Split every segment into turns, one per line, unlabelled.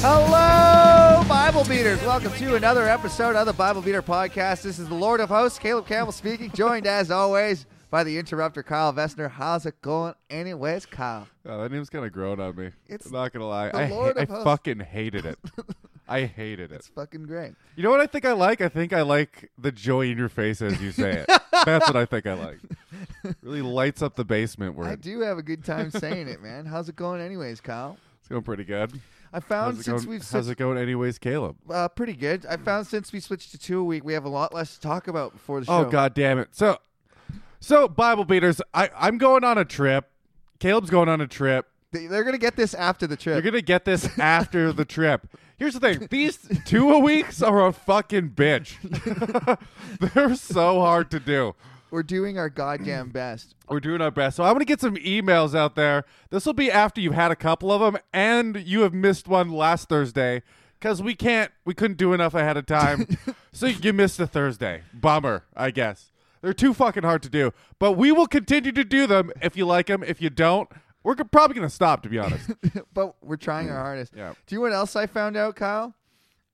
Hello, Bible Beaters. Welcome to another episode of the Bible Beater Podcast. This is the Lord of Hosts, Caleb Campbell speaking, joined as always by the interrupter, Kyle Vestner. How's it going, anyways, Kyle?
Oh, that name's kind of grown on me.
It's
I'm not gonna lie.
the
I,
Lord
ha-
of
I
Hosts.
fucking hated it. I hated it.
It's fucking great.
You know what I think I like? I think I like the joy in your face as you say it. That's what I think I like. Really lights up the basement
I
word.
do have a good time saying it, man. How's it going, anyways, Kyle?
It's going pretty good.
I found
how's it
since
going?
we've
how's
switched,
it going, anyways, Caleb?
uh, pretty good. I found since we switched to two a week, we have a lot less to talk about before the show.
Oh god damn it. So so Bible beaters, I, I'm going on a trip. Caleb's going on a trip.
They- they're gonna get this after the trip.
You're gonna get this after the trip. Here's the thing: these two a weeks are a fucking bitch. They're so hard to do.
We're doing our goddamn best.
We're doing our best. So I want to get some emails out there. This will be after you've had a couple of them, and you have missed one last Thursday because we can't, we couldn't do enough ahead of time. so you missed a Thursday. Bummer, I guess. They're too fucking hard to do, but we will continue to do them if you like them. If you don't, we're g- probably gonna stop. To be honest,
but we're trying our hardest.
Mm-hmm. Yeah.
Do you know what else I found out, Kyle?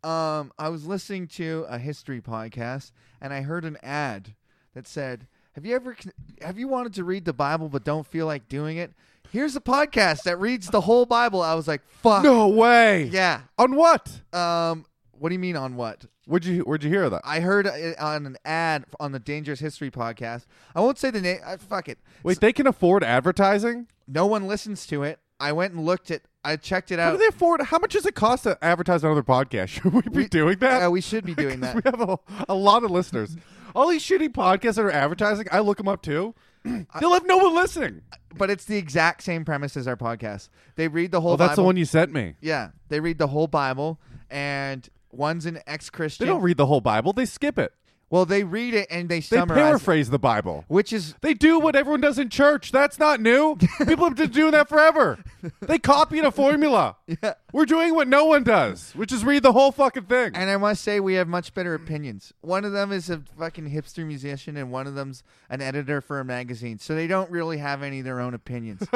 Um, I was listening to a history podcast and I heard an ad that said, "Have you ever con- have you wanted to read the Bible but don't feel like doing it? Here's a podcast that reads the whole Bible." I was like, "Fuck."
no way.
Yeah.
On what?
Um, what do you mean on what?
Where'd you Where'd you hear that?
I heard it on an ad on the Dangerous History podcast. I won't say the name. Uh, fuck it.
Wait, they can afford advertising.
No one listens to it. I went and looked at. I checked it
How do
out.
they afford? How much does it cost to advertise on another podcast? Should we be doing that?
Uh, we should be doing
'Cause
that.
We have a, a lot of listeners. All these shitty podcasts that are advertising, I look them up too. They'll have no one listening.
but it's the exact same premise as our podcast. They read the whole.
Well, Oh, that's
Bible.
the one you sent me.
Yeah, they read the whole Bible, and one's an
They
ex-Christian.
don't read the whole Bible. They skip it.
well, they read it and they,
They
summarize, it,
paraphrase the Bible.
which is
They do what everyone does in church. That's not new. People have been doing that forever. They copied a formula.
Yeah.
We're doing what no one does, which is read the whole fucking thing.
And I must say, we have much better opinions. One of them is a fucking hipster musician, and one of them's an editor for a magazine. So they don't really have any of their own opinions.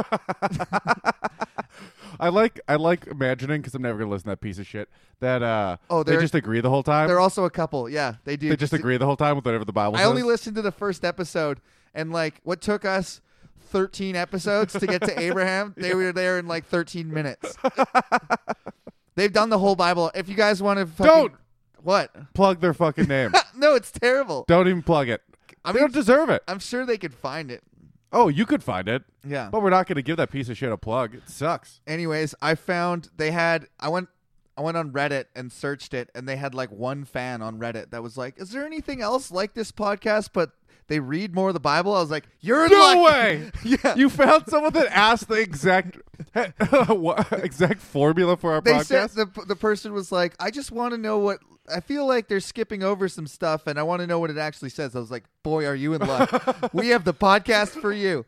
I like I like imagining because I'm never gonna listen to that piece of shit. That uh,
Oh,
they
they're-
just agree the whole time.
They're also a couple. Yeah, they do.
they just agree the whole time with whatever the Bible.
I
says.
only listened to the first episode, and like what took us 13 episodes to get to Abraham, they were there in like 13 minutes. They've done the whole Bible. If you guys want to
Don't!
what?
plug their fucking name.
No, it's terrible.
don't even plug it.
I
they
mean-
don't deserve it.
I'm sure they could find it.
oh, you could find it,
Yeah.
but we're not gonna give that piece of shit a plug. It sucks.
Anyways, I found they had I went I went on Reddit and searched it and they had like one fan on Reddit that was like, "Is there anything else like this podcast but they read more of the Bible?" I was like, "You're
No
lucky."
way.
yeah.
You found someone that asked the exact what- exact formula for our
they said
podcast.
the, the person was like i just want to know what i feel like they're skipping over some stuff and i want to know what it actually says i was like boy are you in luck we have the podcast for you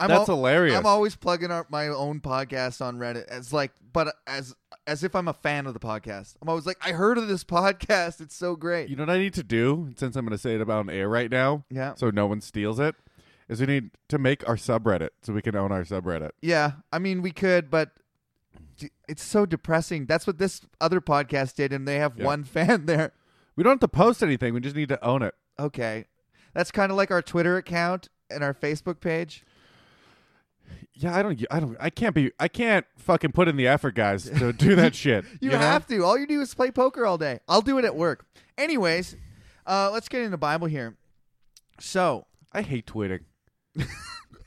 I'm
That's hilarious.
i'm always plugging our, my own podcast on reddit as like but as as if i'm a fan of the podcast i'm always like i heard of this podcast it's so great
You know what I need to do since I'm going to say it about on air right now?
Yeah.
So no one steals it. Is we need to make our subreddit so we can own our subreddit.
yeah i mean we could but d- it's so depressing that's what this other podcast did and they have
Yeah.
one fan there
We don't have to post anything. We just need to own it.
Okay. That's kind of like our Twitter account and our Facebook page.
Yeah, I don't. I don't. I can't be. I can't fucking put in the effort, guys, to do that shit.
You,
know?
have to. All you do is play poker all day. I'll do it at work. Anyways, uh, let's get into Bible here. So
I hate tweeting.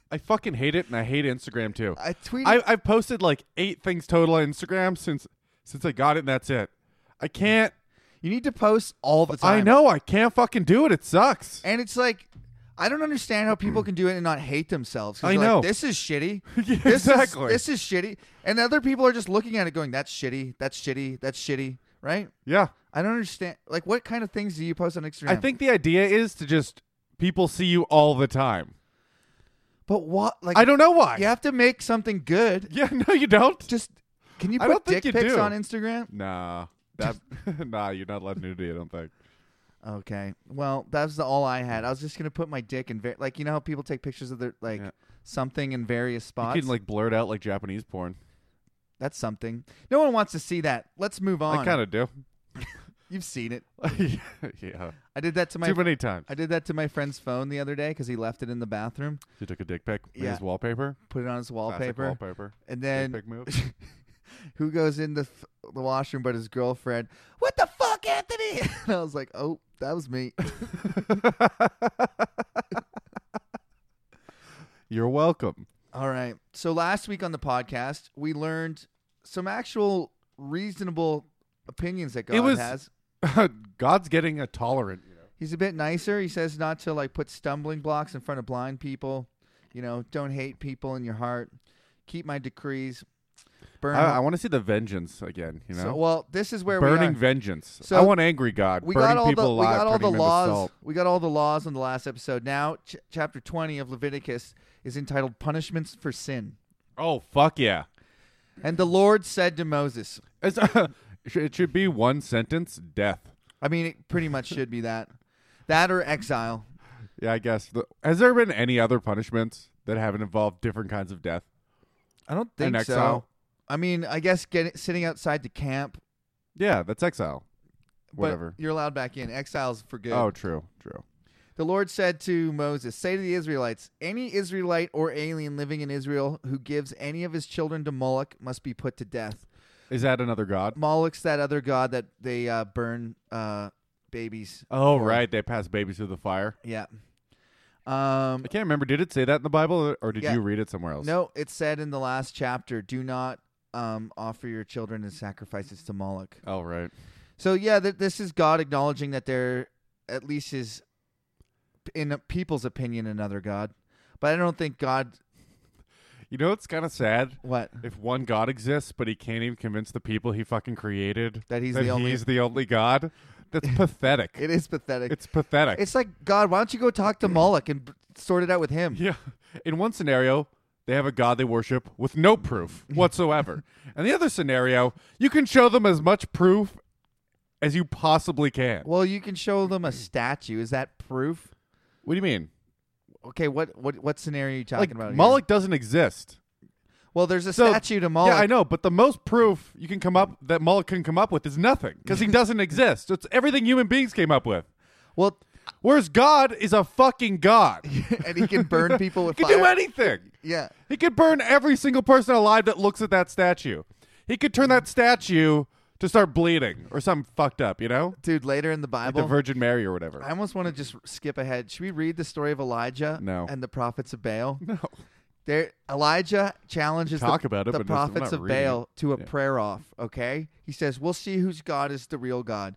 I fucking hate it, and I hate Instagram too.
I tweeted.
I, I've posted like eight things total on Instagram since since I got it, and that's it. I can't.
you need to post all the time.
I know. I can't fucking do it. It sucks.
And it's like, I don't understand how people can do it and not hate themselves. 'Cause
I
they're like,
know.
this is shitty.
Yeah,
this
exactly.
Is, this is shitty. And other people are just looking at it, going, "That's shitty. That's shitty. That's shitty." Right?
yeah.
I don't understand. Like, what kind of things do you post on Instagram?
I think the idea is to just people see you all the time.
But what? Like,
I don't know why.
You have to make something good.
Yeah. No, you don't.
Just can you
I
put
don't think
dick
you
pics
do.
on Instagram?
nah. That, nah. You're not allowed nudity. I don't think.
Okay. Well, that's the all I had. I was just gonna put my dick in, var- like you know how people take pictures of their like
Yeah.
something in various
You
spots.
can like blurt out like Japanese porn.
That's something. No one wants to see that. Let's move on.
I kind of do.
You've seen it.
yeah.
I did that to my
Too many times.
I did that to my friend's phone the other day because he left it in the bathroom,
You took a dick pic. Made
Yeah.
his wallpaper.
put it on his
Classic
wallpaper,
wallpaper.
and then
dick pic move.
who goes in the, f- the washroom but his girlfriend? What the fuck, Anthony? And I was like, oh, that was me.
You're welcome.
All right. So last week on the podcast, we learned some actual reasonable opinions that God
was-
has.
God's getting a tolerant. You know.
He's a bit nicer. He says not to like put stumbling blocks in front of blind people. You know, don't hate people in your heart. Keep my decrees. Burn.
I, I want to see the vengeance again. You know,
So, well, this is where
burning
we are.
vengeance.
So-
I want angry God.
We
burning
got all
people
the we
alive.
got all the
turning them into
laws.
salt.
We got all the laws on the last episode. Now, ch- chapter twenty of Leviticus is entitled "Punishments for Sin."
Oh fuck yeah!
And the Lord said to Moses,
It's, it should- it should be one sentence: death.
I mean, it pretty much should be that. That or exile.
Yeah, I guess. The, has there been any other punishments that haven't involved different kinds of death?
I don't think
And
so.
exile.
I mean, I guess get, sitting outside the camp,
Yeah, that's exile.
but
Whatever.
you're allowed back in. Exile's for good.
Oh, true, true.
The Lord said to Moses, Say to the Israelites, any Israelite or alien living in Israel who gives any of his children to Moloch must be put to death.
Is that another god?
Moloch's that other god that they uh, burn uh, babies.
Oh,
for.
right. They pass babies through the fire.
Yeah. Um,
I can't remember. Did it say that in the Bible, or- or did
Yeah.
you read it somewhere else?
no, it said in the last chapter, Do not um, offer your children as sacrifices to Moloch.
Oh, right.
So yeah, th- this is God acknowledging that there at least is, in a- people's opinion, another God. But I don't think God.
You know, it's kind of sad
What?
if one God exists, but he can't even convince the people he fucking created
That he's
that
the only-
he's the only God. That's pathetic.
It is pathetic. It's,
it's pathetic.
like God. Why don't you go talk to Moloch and b- sort it out with him?
yeah. In one scenario, they have a God they worship with no proof whatsoever. and the other scenario, you can show them as much proof as you possibly can.
Well, you can show them a statue. Is that proof?
What do you mean?
Okay, what what what scenario are you talking
Like
about? here?
Moloch doesn't exist.
Well, there's a
So-
statue to Moloch.
Yeah, I know, but the most proof you can come up that Mullet can come up with is nothing because he doesn't exist. It's everything human beings came up with.
Well,
Whereas God is a fucking god. He
and he can burn people with
can
fire.
do anything.
Yeah.
He could burn every single person alive that looks at that statue. He could turn that statue to start bleeding or something fucked up, you know?
Dude, later in the
The
Bible,
Virgin Mary or whatever.
I almost want to just skip ahead. Should we read the story of Elijah
No.
and the prophets of Baal?
no.
There, Elijah challenges
Talk
the,
about it,
the
but it's- I'm
prophets
not
of
reading
Baal to a
Yeah.
prayer off. Okay, he says, "We'll see whose God is the real God.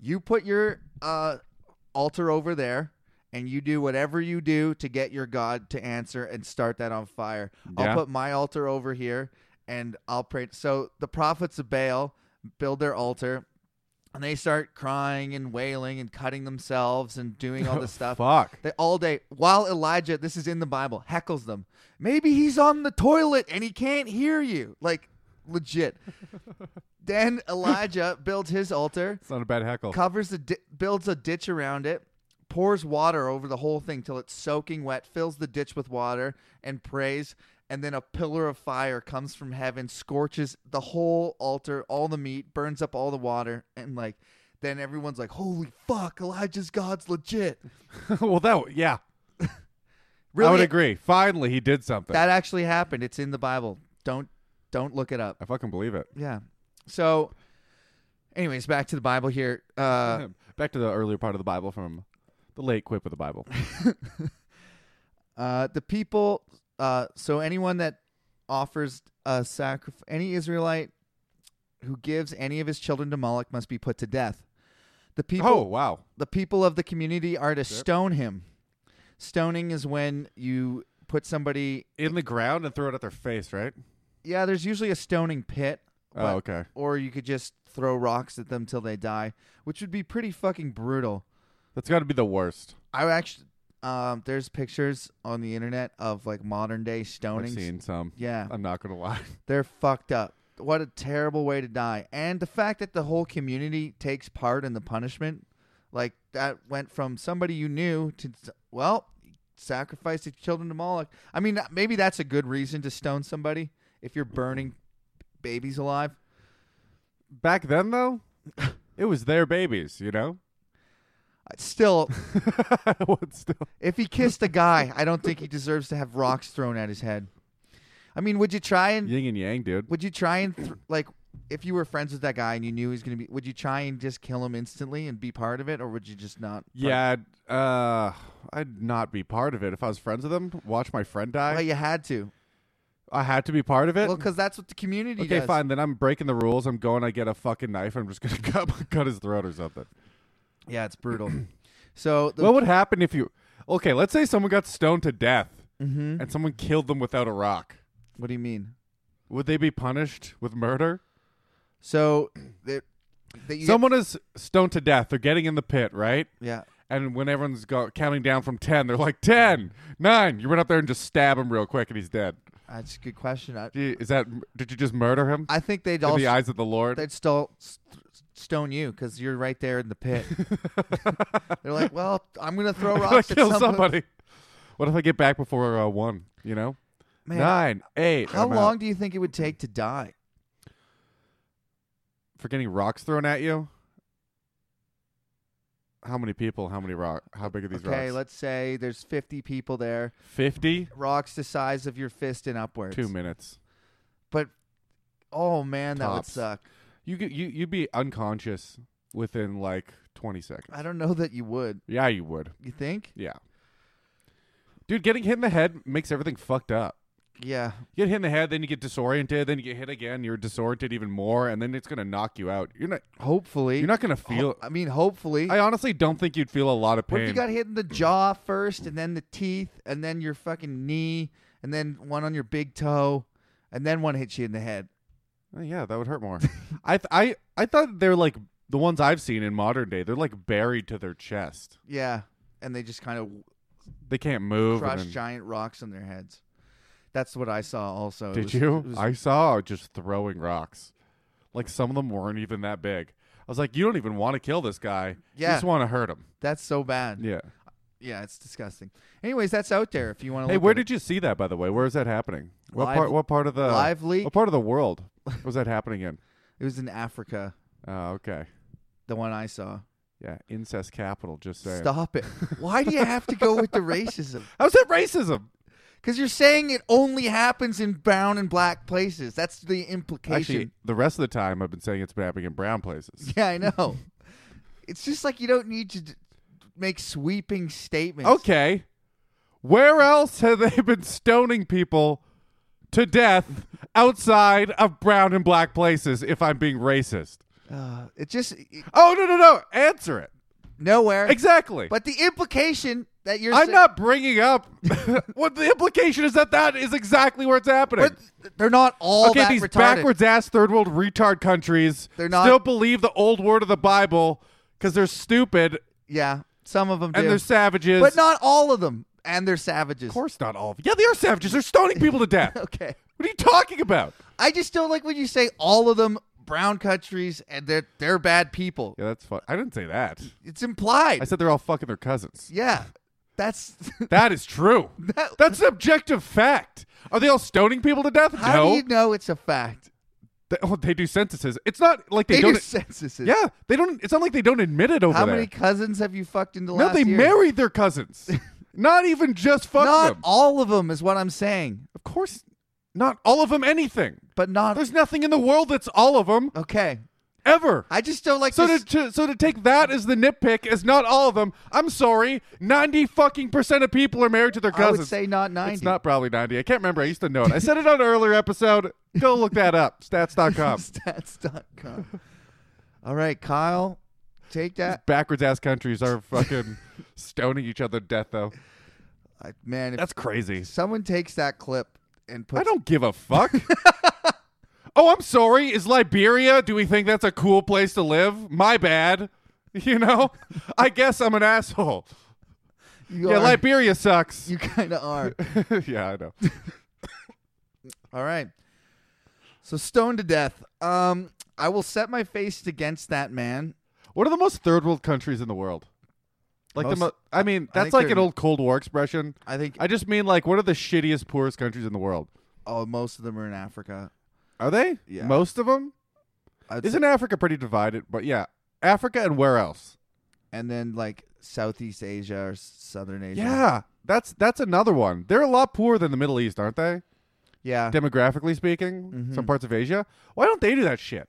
You put your uh, altar over there, and you do whatever you do to get your God to answer and start that on fire. I'll
Yeah.
put my altar over here, and I'll pray." So the prophets of Baal build their altar, and they start crying and wailing and cutting themselves and doing all this stuff.
Fuck.
They all day while Elijah, this is in the Bible, heckles them. Maybe he's on the toilet and he can't hear you. Like legit. then Elijah builds his altar,
It's not a bad heckle.
covers the di- builds a ditch around it, pours water over the whole thing till it's soaking wet, fills the ditch with water and prays. And then a pillar of fire comes from heaven, scorches the whole altar, all the meat, burns up all the water, and like, then everyone's like, "Holy fuck, Elijah's God's legit."
well, that, yeah. I would
Really,
agree. Finally, he did something.
That actually happened. It's in the Bible. Don't don't look it up.
I fucking believe it.
Yeah. So anyways, back to the Bible here. Uh
Back to the earlier part of the Bible from the late quip of the Bible.
uh the people uh so anyone that offers a sacrifice any Israelite who gives any of his children to Moloch must be put to death. The people
oh, wow.
the people of the community are to
Yep.
stone him. Stoning is when you put somebody
in the ground and throw it at their face, right?
Yeah, there's usually a stoning pit. but-
oh, okay.
or you could just throw rocks at them till they die, which would be pretty fucking brutal.
That's got to be the worst
I actually, um, there's pictures on the internet of like modern day
I've
stonings.
seen. Some
Yeah,
I'm not gonna lie.
they're fucked up. What a terrible way to die. And the fact that the whole community takes part in the punishment, like that went from somebody you knew to, well, sacrifice your children to Moloch. I mean, maybe that's a good reason to stone somebody if you're burning babies alive.
Back then, though, it was their babies, you know?
Still,
What still?
if he kissed a guy, I don't think he deserves to have rocks thrown at his head. I mean, would you try and
Yin and yang, dude.
would you try and th- like if you were friends with that guy and you knew he's gonna be? Would you try and just kill him instantly and be part of it, or would you just not?
Yeah, I'd, uh, I'd not be part of it if I was friends with them. Watch my friend die.
Well, you had to.
I had to be part of it.
Well, because that's what the community
okay,
does.
fine. Then I'm breaking the rules. I'm going. I get a fucking knife. I'm just gonna cut, cut his throat or something.
Yeah, it's brutal. so the,
what would happen if you? Okay, let's say someone got stoned to death
Mm-hmm.
and someone killed them without a rock.
what do you mean?
Would they be punished with murder?
So that that you
Someone is stoned to death. They're getting in the pit, right?
yeah.
And when everyone's go- counting down from 10, they're like, 10, 9. You run up there and just stab him real quick and he's dead.
That's a good question. I,
Do you- Is that, did you just murder him
I think they'd
in the
also
eyes of the Lord?
they'd still st- stone you because you're right there in the pit. They're like, well, I'm gonna throw
I
rocks at
kill
somebody.
somebody. What if I get back before uh, 1, you know?
Man,
Nine, eight.
how
I'm out.
long do you think it would take to die?
For getting rocks thrown at you? How many people? How many rock? How big are these
okay,
rocks?
let's say there's 50 people there.
50?
Rocks the size of your fist and upwards.
Two minutes.
But oh man, that would
Tops.
suck.
You could- you you'd be unconscious within like 20 seconds.
I don't know that you would.
Yeah, you would.
You think?
Yeah. Dude, getting hit in the head makes everything fucked up.
Yeah.
You get hit in the head, then you get disoriented, then you get hit again, you're disoriented even more, and then it's gonna knock you out. You're not
Hopefully.
you're not gonna
Ho-
feel
I mean, hopefully.
I honestly don't think you'd feel a lot of pain.
What if you got hit in the jaw first, and then the teeth, and then your fucking knee, and then one on your big toe, and then one hits you in the head?
Uh, yeah, that would hurt more. I th- I I thought they're like the ones I've seen in modern day. They're like buried to their chest.
Yeah, and they just kind of
They can't move. and
crush
then-
giant rocks on their heads. That's what I saw. Also, It
Did
was-
you?
it was-
I saw just throwing rocks. Like some of them weren't even that big. I was like, you don't even want to kill this guy. You
Yeah.
just want to hurt him.
that's so bad.
Yeah.
Yeah, it's disgusting. Anyways, that's out there. If you want to,
Hey, where did you see that by the way? Where is that happening? What
Live-
part what part of the
live leak?
What part of the world was that happening in?
It was in Africa.
Oh, okay.
The one I saw.
Yeah, incest capital, just saying.
Stop it! Why do you have to go with the racism?
How's that racism?
Because you're saying it only happens in brown and black places. That's the implication.
Actually, the rest of the time I've been saying it's been happening in brown places.
Yeah, I know. it's just like you don't need to d- make sweeping statements.
Okay. Where else have they been stoning people to death outside of brown and black places if I'm being racist?
Uh, it just it-
Oh, no, no, no. Answer it.
nowhere.
Exactly.
But the implication that you're
I'm
sa-
not bringing up what the implication is that that is exactly where it's happening.
but they're not all
okay,
that
these
retarded.
backwards ass third world retard countries
They're not-
still believe the old word of the Bible because they're stupid
Yeah, some of them
and
do.
they're savages.
but not all of them and they're savages.
of course, not all of them. Yeah, they are savages. They're stoning people to death.
Okay.
What are you talking about?
I just don't like when you say all of them brown countries and they're they're bad people.
Yeah, that's fun. I didn't say that.
It's implied.
I said they're all fucking their cousins.
yeah. That's
That is true.
That-
That's an objective fact. Are they all stoning people to death?
How
no.
do you know it's a fact?
they, oh, they do censuses. It's not like they,
They do
don't. e-
censuses.
yeah, they don't. It's not like they don't admit it over
How
there.
many cousins have you fucked in the
no,
last
they
year?
married their cousins. not even just fuck
not
them.
all of them is what I'm saying,
of course, not all of them. Anything.
but not
There's nothing in the world that's all of them
okay.
ever.
I just don't like
So
this.
to, to so to take that as the nitpick as not all of them. I'm sorry, ninety fucking percent of people are married to their
I
cousins.
would say not ninety.
It's not probably 90. I can't remember. I used to know it. I said it on an earlier episode. Go look that up. Stats.com.
stats.com. All right, Kyle, take that.
Backwards ass countries are fucking stoning each other to death, though.
I, man, if
That's crazy.
someone takes that clip and
I
puts
don't give a fuck. oh, I'm sorry. Is Liberia, do we think that's a cool place to live? My bad. You know, I guess I'm an asshole.
you
yeah,
are-
Liberia sucks.
you kind of are.
yeah, I know.
All right. So stoned to death. Um, I will set my face against that man.
What are the most third world countries in the world? Like the
Most-
mo- I mean,
I
that's
think
like
they're-
an old Cold War expression.
I think
I just mean like what are the shittiest, poorest countries in the world?
oh, most of them are in Africa.
Are they?
Yeah.
Most of them?
I'd say-
Isn't Africa pretty divided? But yeah, Africa and where else?
and then like Southeast Asia or s- Southern Asia.
Yeah, that's that's another one. They're a lot poorer than the Middle East, aren't they?
yeah,
Demographically speaking,
Mhm.
some parts of Asia. Why don't they do that shit?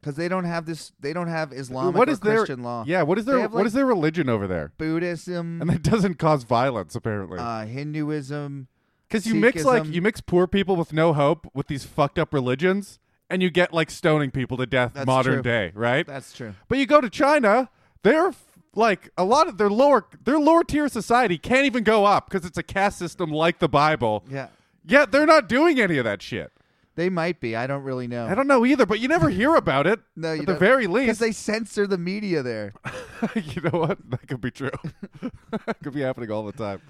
because they don't have this. They don't have Islamic
what
or
is their-
Christian law.
Yeah, what is
They
their
have,
what
like-
is their religion over there? And
Buddhism,
that doesn't cause violence apparently.
uh, Hinduism.
Because you mix like
Sikhism-
you mix poor people with no hope with these fucked up religions, and you get like stoning people to death
That's
modern
true.
day, right?
That's true.
But you go to China, they're f- like a lot of their lower their lower tier society can't even go up because it's a caste system like the Bible.
Yeah,
Yet they're not doing any of that shit.
they might be. I don't really know.
I don't know either, but you never hear about it.
No,
at
you
the
don't.
very
because
least,
they censor the media there.
you know what? That could be true. that could be happening all the time.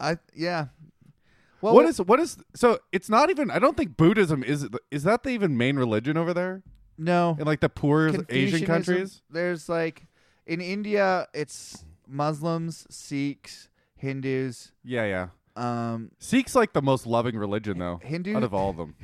I yeah. Well,
what is what is so? It's not even. I don't think Buddhism is. Is that the even main religion over there
no
in like the poor Asian
Confucianism,
countries?
There's like in India, it's Muslims, Sikhs, Hindus.
Yeah, yeah.
Um,
Sikhs like the most loving religion though,
Hindu-
out of all of them.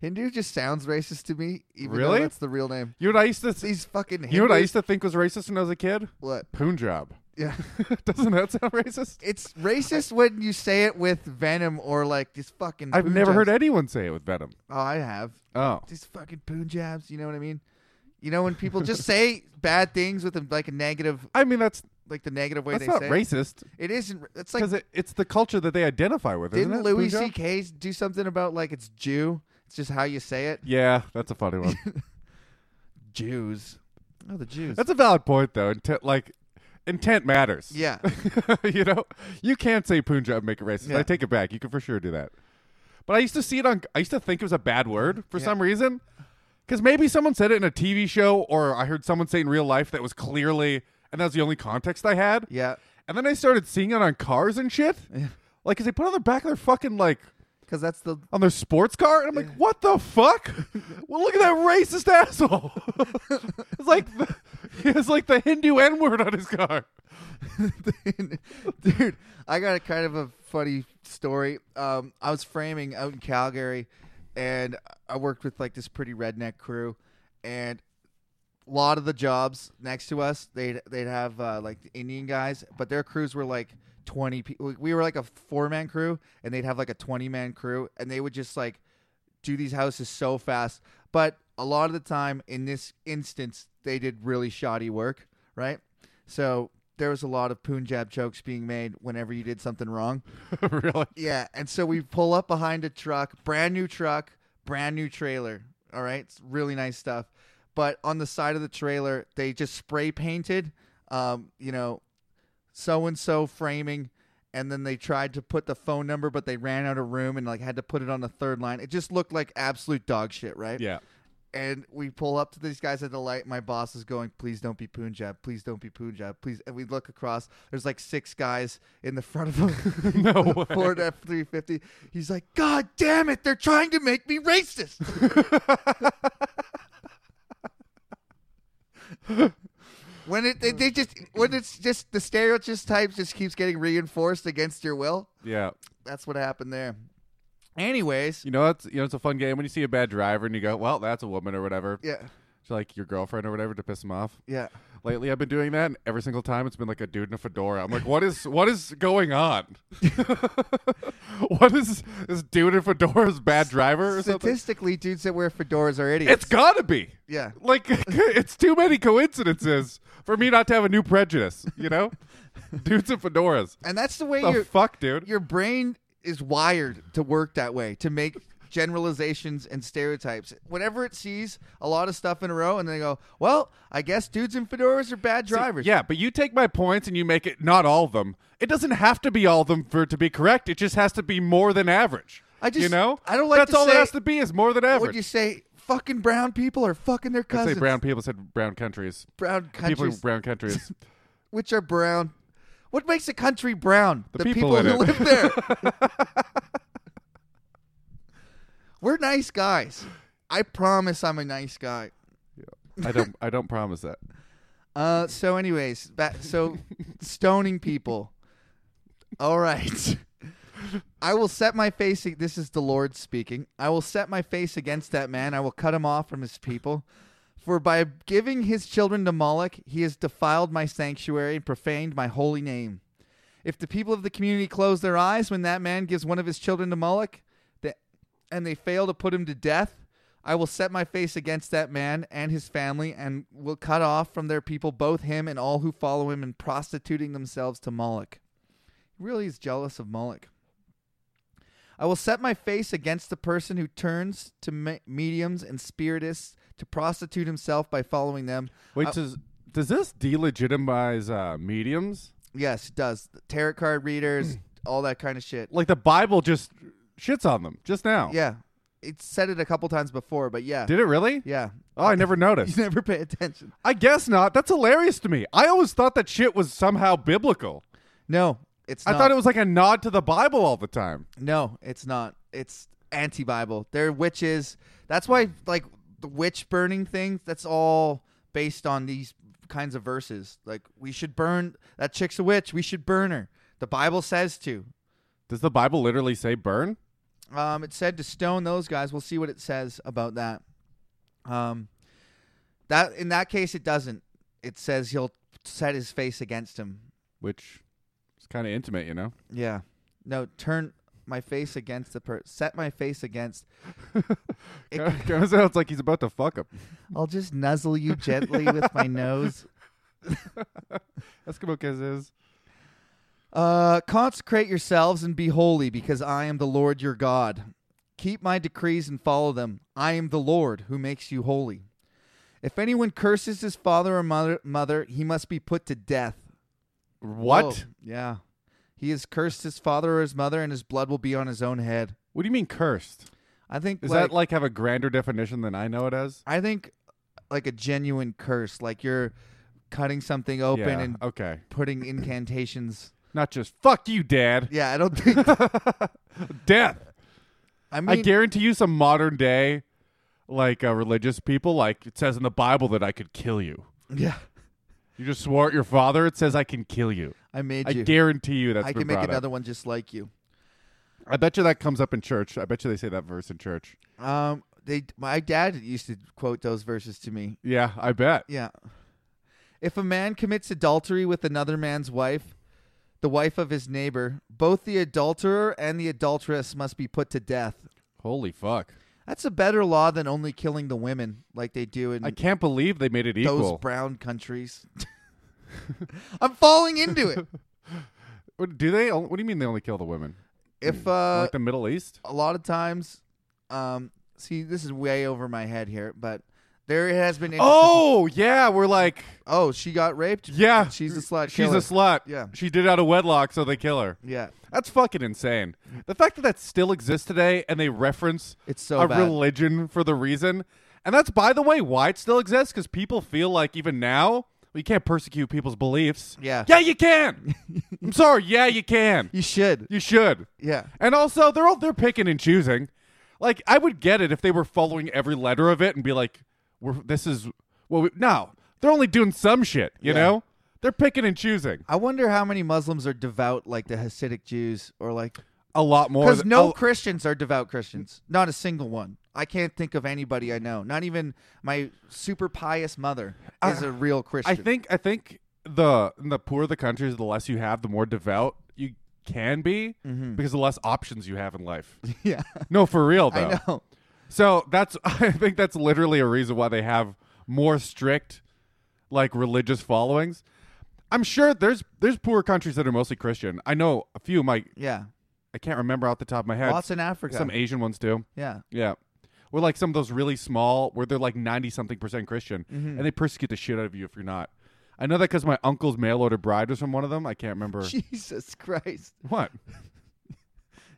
Hindu just sounds racist to me. Even
Really?
though that's the real name.
You know what I used to.
These fucking Hindus,
You know what I used to think was racist when I was a kid?
what?
Punjab.
Yeah.
Doesn't that sound racist?
It's racist when you say it with venom or like these fucking.
I've never heard
Punjabs.
anyone say it with venom.
Oh, I have
Oh,
these fucking punjabs. You know what I mean? You know when people just say bad things with a, like a negative,
I mean that's
like the negative way
that's
they
not
say
racist
it. It isn't. It's like
because it, it's the culture that they identify with. isn't
Didn't
it,
Louis
Punjab?
C.K. do something about like it's Jew? It's just how you say it.
Yeah, that's a funny one.
Jews. Oh, the Jews.
that's a valid point though. Intent like intent matters.
yeah.
you know, you can't say Punjab and make it racist.
Yeah.
I take it back. You can for sure do that. But I used to see it on. I used to think it was a bad word for
Yeah.
some reason, because maybe someone said it in a TV show, or I heard someone say in real life that was clearly, and that was the only context I had.
Yeah.
And then I started seeing it on cars and shit, like because they put it on the back of their fucking like
Because that's the.
on their sports car, and I'm like, what the fuck? well, look at that racist asshole. it's like the, it's like the Hindu N word on his car.
Dude, I got a kind of a funny story. Um, I was framing out in Calgary and I worked with like this pretty redneck crew and a lot of the jobs next to us they'd they'd have uh, like the Indian guys, but their crews were like twenty people. We were like a four man crew, and they'd have like a twenty man crew, and they would just like do these houses so fast. But a lot of the time, in this instance, they did really shoddy work, right? So there was a lot of Punjab jokes being made whenever you did something wrong.
really?
Yeah, and so we pull up behind a truck, brand new truck, brand new trailer. All right, it's really nice stuff. But on the side of the trailer, they just spray painted, um, you know, so and so framing, and then they tried to put the phone number, but they ran out of room and like had to put it on the third line. It just looked like absolute dog shit, right?
Yeah.
and we pull up to these guys at the light. My boss is going, "Please don't be Punjab. Please don't be Punjab. Please." And we look across. There's like six guys in the front of him.
No
the
way.
Ford F three fifty. He's like, "God damn it! They're trying to make me racist." when it they, they just when it's just the stereotype just keeps getting reinforced against your will.
Yeah.
That's what happened there. Anyways,
You know, it's you know, it's a fun game when you see a bad driver and you go, "Well, that's a woman or whatever."
yeah,
It's like your girlfriend or whatever to piss them off.
yeah.
Lately, I've been doing that, and every single time it's been like a dude in a fedora. I'm like, "What is what is going on? what is this dude in fedora's bad driver or something?
Statistically, dudes that wear fedoras are idiots.
It's gotta be."
yeah.
Like it's too many coincidences for me not to have a new prejudice, you know? Dudes in fedoras.
And that's the way
The
your
fuck, dude.
your brain is wired to work that way to make generalizations and stereotypes. Whenever it sees a lot of stuff in a row, and they go, "Well, I guess dudes in fedoras are bad drivers."
Yeah, but you take my points and you make it not all of them. It doesn't have to be all of them for it to be correct. It just has to be more than average.
I just-
you know,
I don't like
that's
to
all it
say-
has to be is more than
Would
average.
you say fucking brown people are fucking their
I'd
cousins?
say brown people said brown countries.
brown
People in
countries,
brown countries.
which are brown. What makes a country brown? The,
people in
who
it.
live there. We're nice guys. I promise I'm a nice guy.
I don't. I don't promise that.
Uh, so, anyways, that, so stoning people. All right. I will set my face. This is the Lord speaking. I will set my face against that man. I will cut him off from his people. For by giving his children to Moloch, he has defiled my sanctuary and profaned my holy name. If the people of the community close their eyes when that man gives one of his children to Moloch, th- and they fail to put him to death, I will set my face against that man and his family, and will cut off from their people both him and all who follow him in prostituting themselves to Moloch. He really is jealous of Moloch. I will set my face against the person who turns to me- mediums and spiritists to prostitute himself by following them. Uh,
Wait,
I-
does does this delegitimize uh, mediums?
yes, it does. Tarot card readers, all that kind of shit.
Like the Bible just shits on them just now.
Yeah. It said it a couple times before, but yeah.
Did it really?
yeah.
Oh, I never
You
noticed.
never pay attention.
I guess not. That's hilarious to me. I always thought that shit was somehow biblical.
No, it's
I
not.
thought it was like a nod to the Bible all the time.
No, it's not. It's anti-Bible. They're witches. That's why like the witch burning thing, that's all based on these kinds of verses. Like we should burn that chick's a witch, we should burn her. The Bible says to.
Does the Bible literally say burn?
Um it said to stone those guys. We'll see what it says about that. Um that in that case it doesn't. It says he'll set his face against him.
Which is kind of intimate, you know?
Yeah. No, turn my face against the per set my face against It-
kind of sounds like he's about to fuck him.
I'll just nuzzle you gently with my nose.
Eskimo Kiss is.
Uh, consecrate yourselves and be holy, because I am the Lord your God. Keep my decrees and follow them. I am the Lord who makes you holy. If anyone curses his father or mother, mother he must be put to death.
What?
Whoa. Yeah. He has cursed his father or his mother, and his blood will be on his own head.
What do you mean cursed?
I think
Is
like,
that like have a grander definition than I know it as?
I think like a genuine curse, like you're cutting something open
yeah. Uh,
and
okay.
putting incantations.
Not just fuck you, Dad.
Yeah, I don't think.
Death.
I mean,
I guarantee you, some modern day, like uh, religious people, like it says in the Bible that I could kill you.
yeah,
You just swore at your father. It says I can kill you.
I made
I
you.
guarantee you that's
I
been
can make
brought up.
another one just like you.
I bet you that comes up in church. I bet you they say that verse in church.
Um, they my dad used to quote those verses to me.
Yeah, I bet.
Yeah. If a man commits adultery with another man's wife, the wife of his neighbor, both the adulterer and the adulteress must be put to death.
Holy fuck!
That's a better law than only killing the women like they do in
I can't believe they made it
those
equal.
brown countries. I'm falling into it.
What- do they? What do you mean they only kill the women?
If uh,
like the Middle East?
a lot of times, um, see, this is way over my head here, but there has been.
Oh yeah, we're like
oh, she got raped.
yeah.
She's a slut
She's
killer.
a slut.
Yeah.
She did out of wedlock, so they kill her.
Yeah,
That's fucking insane. The fact that that still exists today and they reference
it's so
a
bad.
religion for the reason. And that's, by the way, why it still exists because people feel like even now we can't persecute people's beliefs.
Yeah.
Yeah, you can. I'm sorry. Yeah, you can.
you should.
You should.
Yeah,
And also, they're all they're picking and choosing. Like, I would get it if they were following every letter of it and be like, "We're this is well, we, no, they're only doing some shit." You
Yeah.
know, they're picking and choosing
I wonder how many Muslims are devout like the Hasidic Jews, or like
a lot more.
because
than-
no
oh,
Christians are devout Christians. Not a single one. I can't think of anybody I know. Not even my super pious mother is a real Christian.
I think I think the the poorer the countries, the less you have, the more devout you can be because the less options you have in life.
Yeah,
no, for real though.
I know.
So that's I think that's literally a reason why they have more strict like religious followings. I'm sure there's there's poor countries that are mostly Christian. I know a few. My
Yeah,
I can't remember off the top of my head.
lots in Africa.
Some Asian ones too.
yeah,
Yeah. Or like some of those really small where they're like 90 something percent Christian
Mm-hmm.
and they persecute the shit out of you if you're not. I know that because my uncle's mail order bride was from one of them. I can't remember.
Jesus Christ.
what?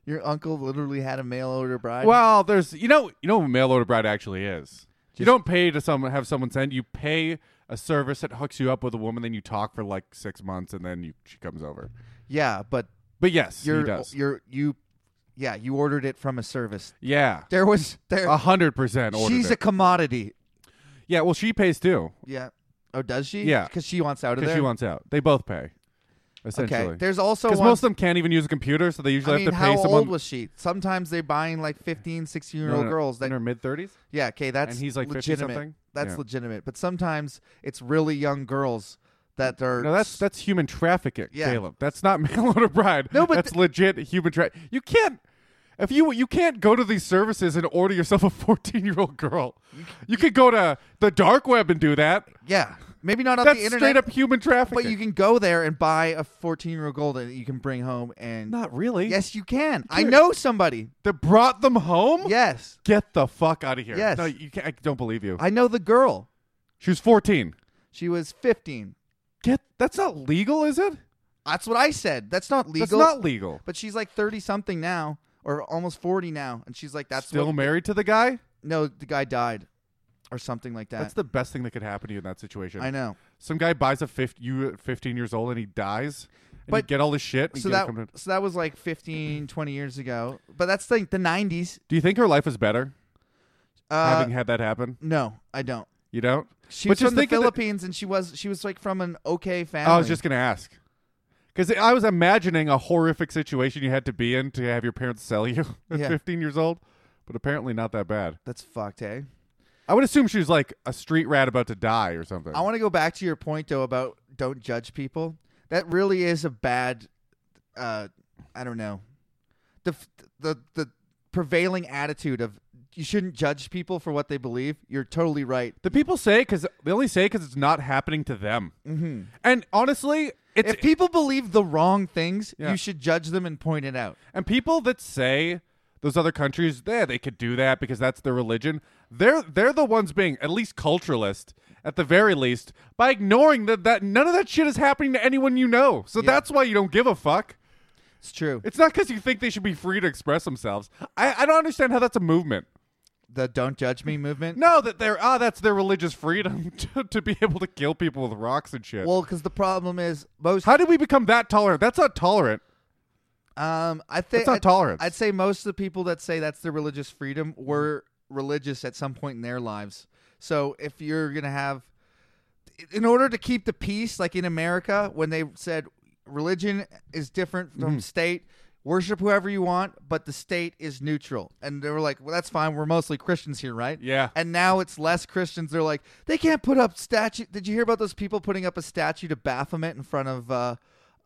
Your uncle literally had a mail order bride.
Well, there's, you know, you know what mail order bride actually is. you
Just-
don't pay to someone, have someone send, you pay a service that hooks you up with a woman, then you talk for like six months and then you, she comes over.
yeah, but
But yes, he
you're
does.
you're you, yeah, you ordered it from a service.
yeah.
There was there.
A hundred percent ordered
she's a
it.
commodity.
yeah, well, she pays too
Yeah. Oh, does she?
Yeah.
because she wants out of
because
there.
she wants out. They both pay. essentially.
Okay. There's also
Because
one.
most of them can't even use a computer, so they usually
I mean,
have to
how
pay
old
someone.
was she? Sometimes they're buying like 15, 16 year
No,
old
no, no,
girls.
in
That
her mid thirties.
yeah, okay, that's
he's, like, 50
legitimate.
something?
That's
Yeah.
legitimate. But sometimes it's really young girls that are
No, that's that's human trafficking,
Yeah.
Caleb. That's not mail order bride.
No, but
that's legit human tra You can't if you you can't go to these services and order yourself a fourteen year old girl. You could go to the dark web and do that.
yeah. Maybe not on
That's
the internet.
straight up human trafficking.
But you can go there and buy a 14 year old girl that you can bring home and.
not really.
Yes, you can. I
Dude.
know somebody.
that brought them home.
Yes,
Get the fuck out of here.
Yes.
No, you can't, I don't believe you.
I know the girl.
she was fourteen.
She was 15.
Get that's not legal, is it?
That's what I said. That's not legal.
That's not legal.
but she's like 30 something now, or almost 40 now, and she's like, "That's
Still
what, Uh,
married to the guy.
no, the guy died, or something like that."
That's the best thing that could happen to you in that situation.
I know.
some guy buys a 50, you at 15 years old and he dies and you
But-
get all this shit and
So
you
that
get to come to-
so that was like 15, 20 years ago. But that's like the 90s.
do you think her life is better
Uh,
having had that happen
no, I don't.
you don't
She
But
was
just
from the
think of the-
Philippines, and she was she was like from an okay family.
i was just gonna ask because i was imagining a horrific situation you had to be in to have your parents sell you at
Yeah.
15 years old but apparently not that bad
that's fucked, hey.
i would assume she was like a street rat about to die or something
I want to go back to your point though about don't judge people. That really is a bad. Uh, I don't know. The f- the the prevailing attitude of you shouldn't judge people for what they believe. You're totally right.
the people say because they only say because it's not happening to them mm-hmm. and honestly it's
If people believe the wrong things,
Yeah.
you should judge them and point it out.
And people that say those other countries, yeah, they could do that because that's their religion. They're they're the ones being at least culturalist at the very least by ignoring that that none of that shit is happening to anyone you know. So that's why you don't give a fuck.
It's true.
It's not because you think they should be free to express themselves. I, I don't understand how that's a movement.
The don't judge me movement.
No, that they're ah, that's their religious freedom to, to be able to kill people with rocks and shit.
Well, because the problem is most.
how did we become that tolerant? That's not tolerant.
Um, I think
That's not
I'd-
tolerance.
I'd say most of the people that say that's their religious freedom were religious at some point in their lives. So if you're gonna have, in order to keep the peace, like in America, when they said religion is different
Mm-hmm.
from state, worship whoever you want, but the state is neutral, and they were like, well, that's fine. We're mostly Christians here, right?
Yeah.
And now it's less Christians. They're like, they can't put up statue. Did you hear about those people putting up a statue to Baphomet in front of? uh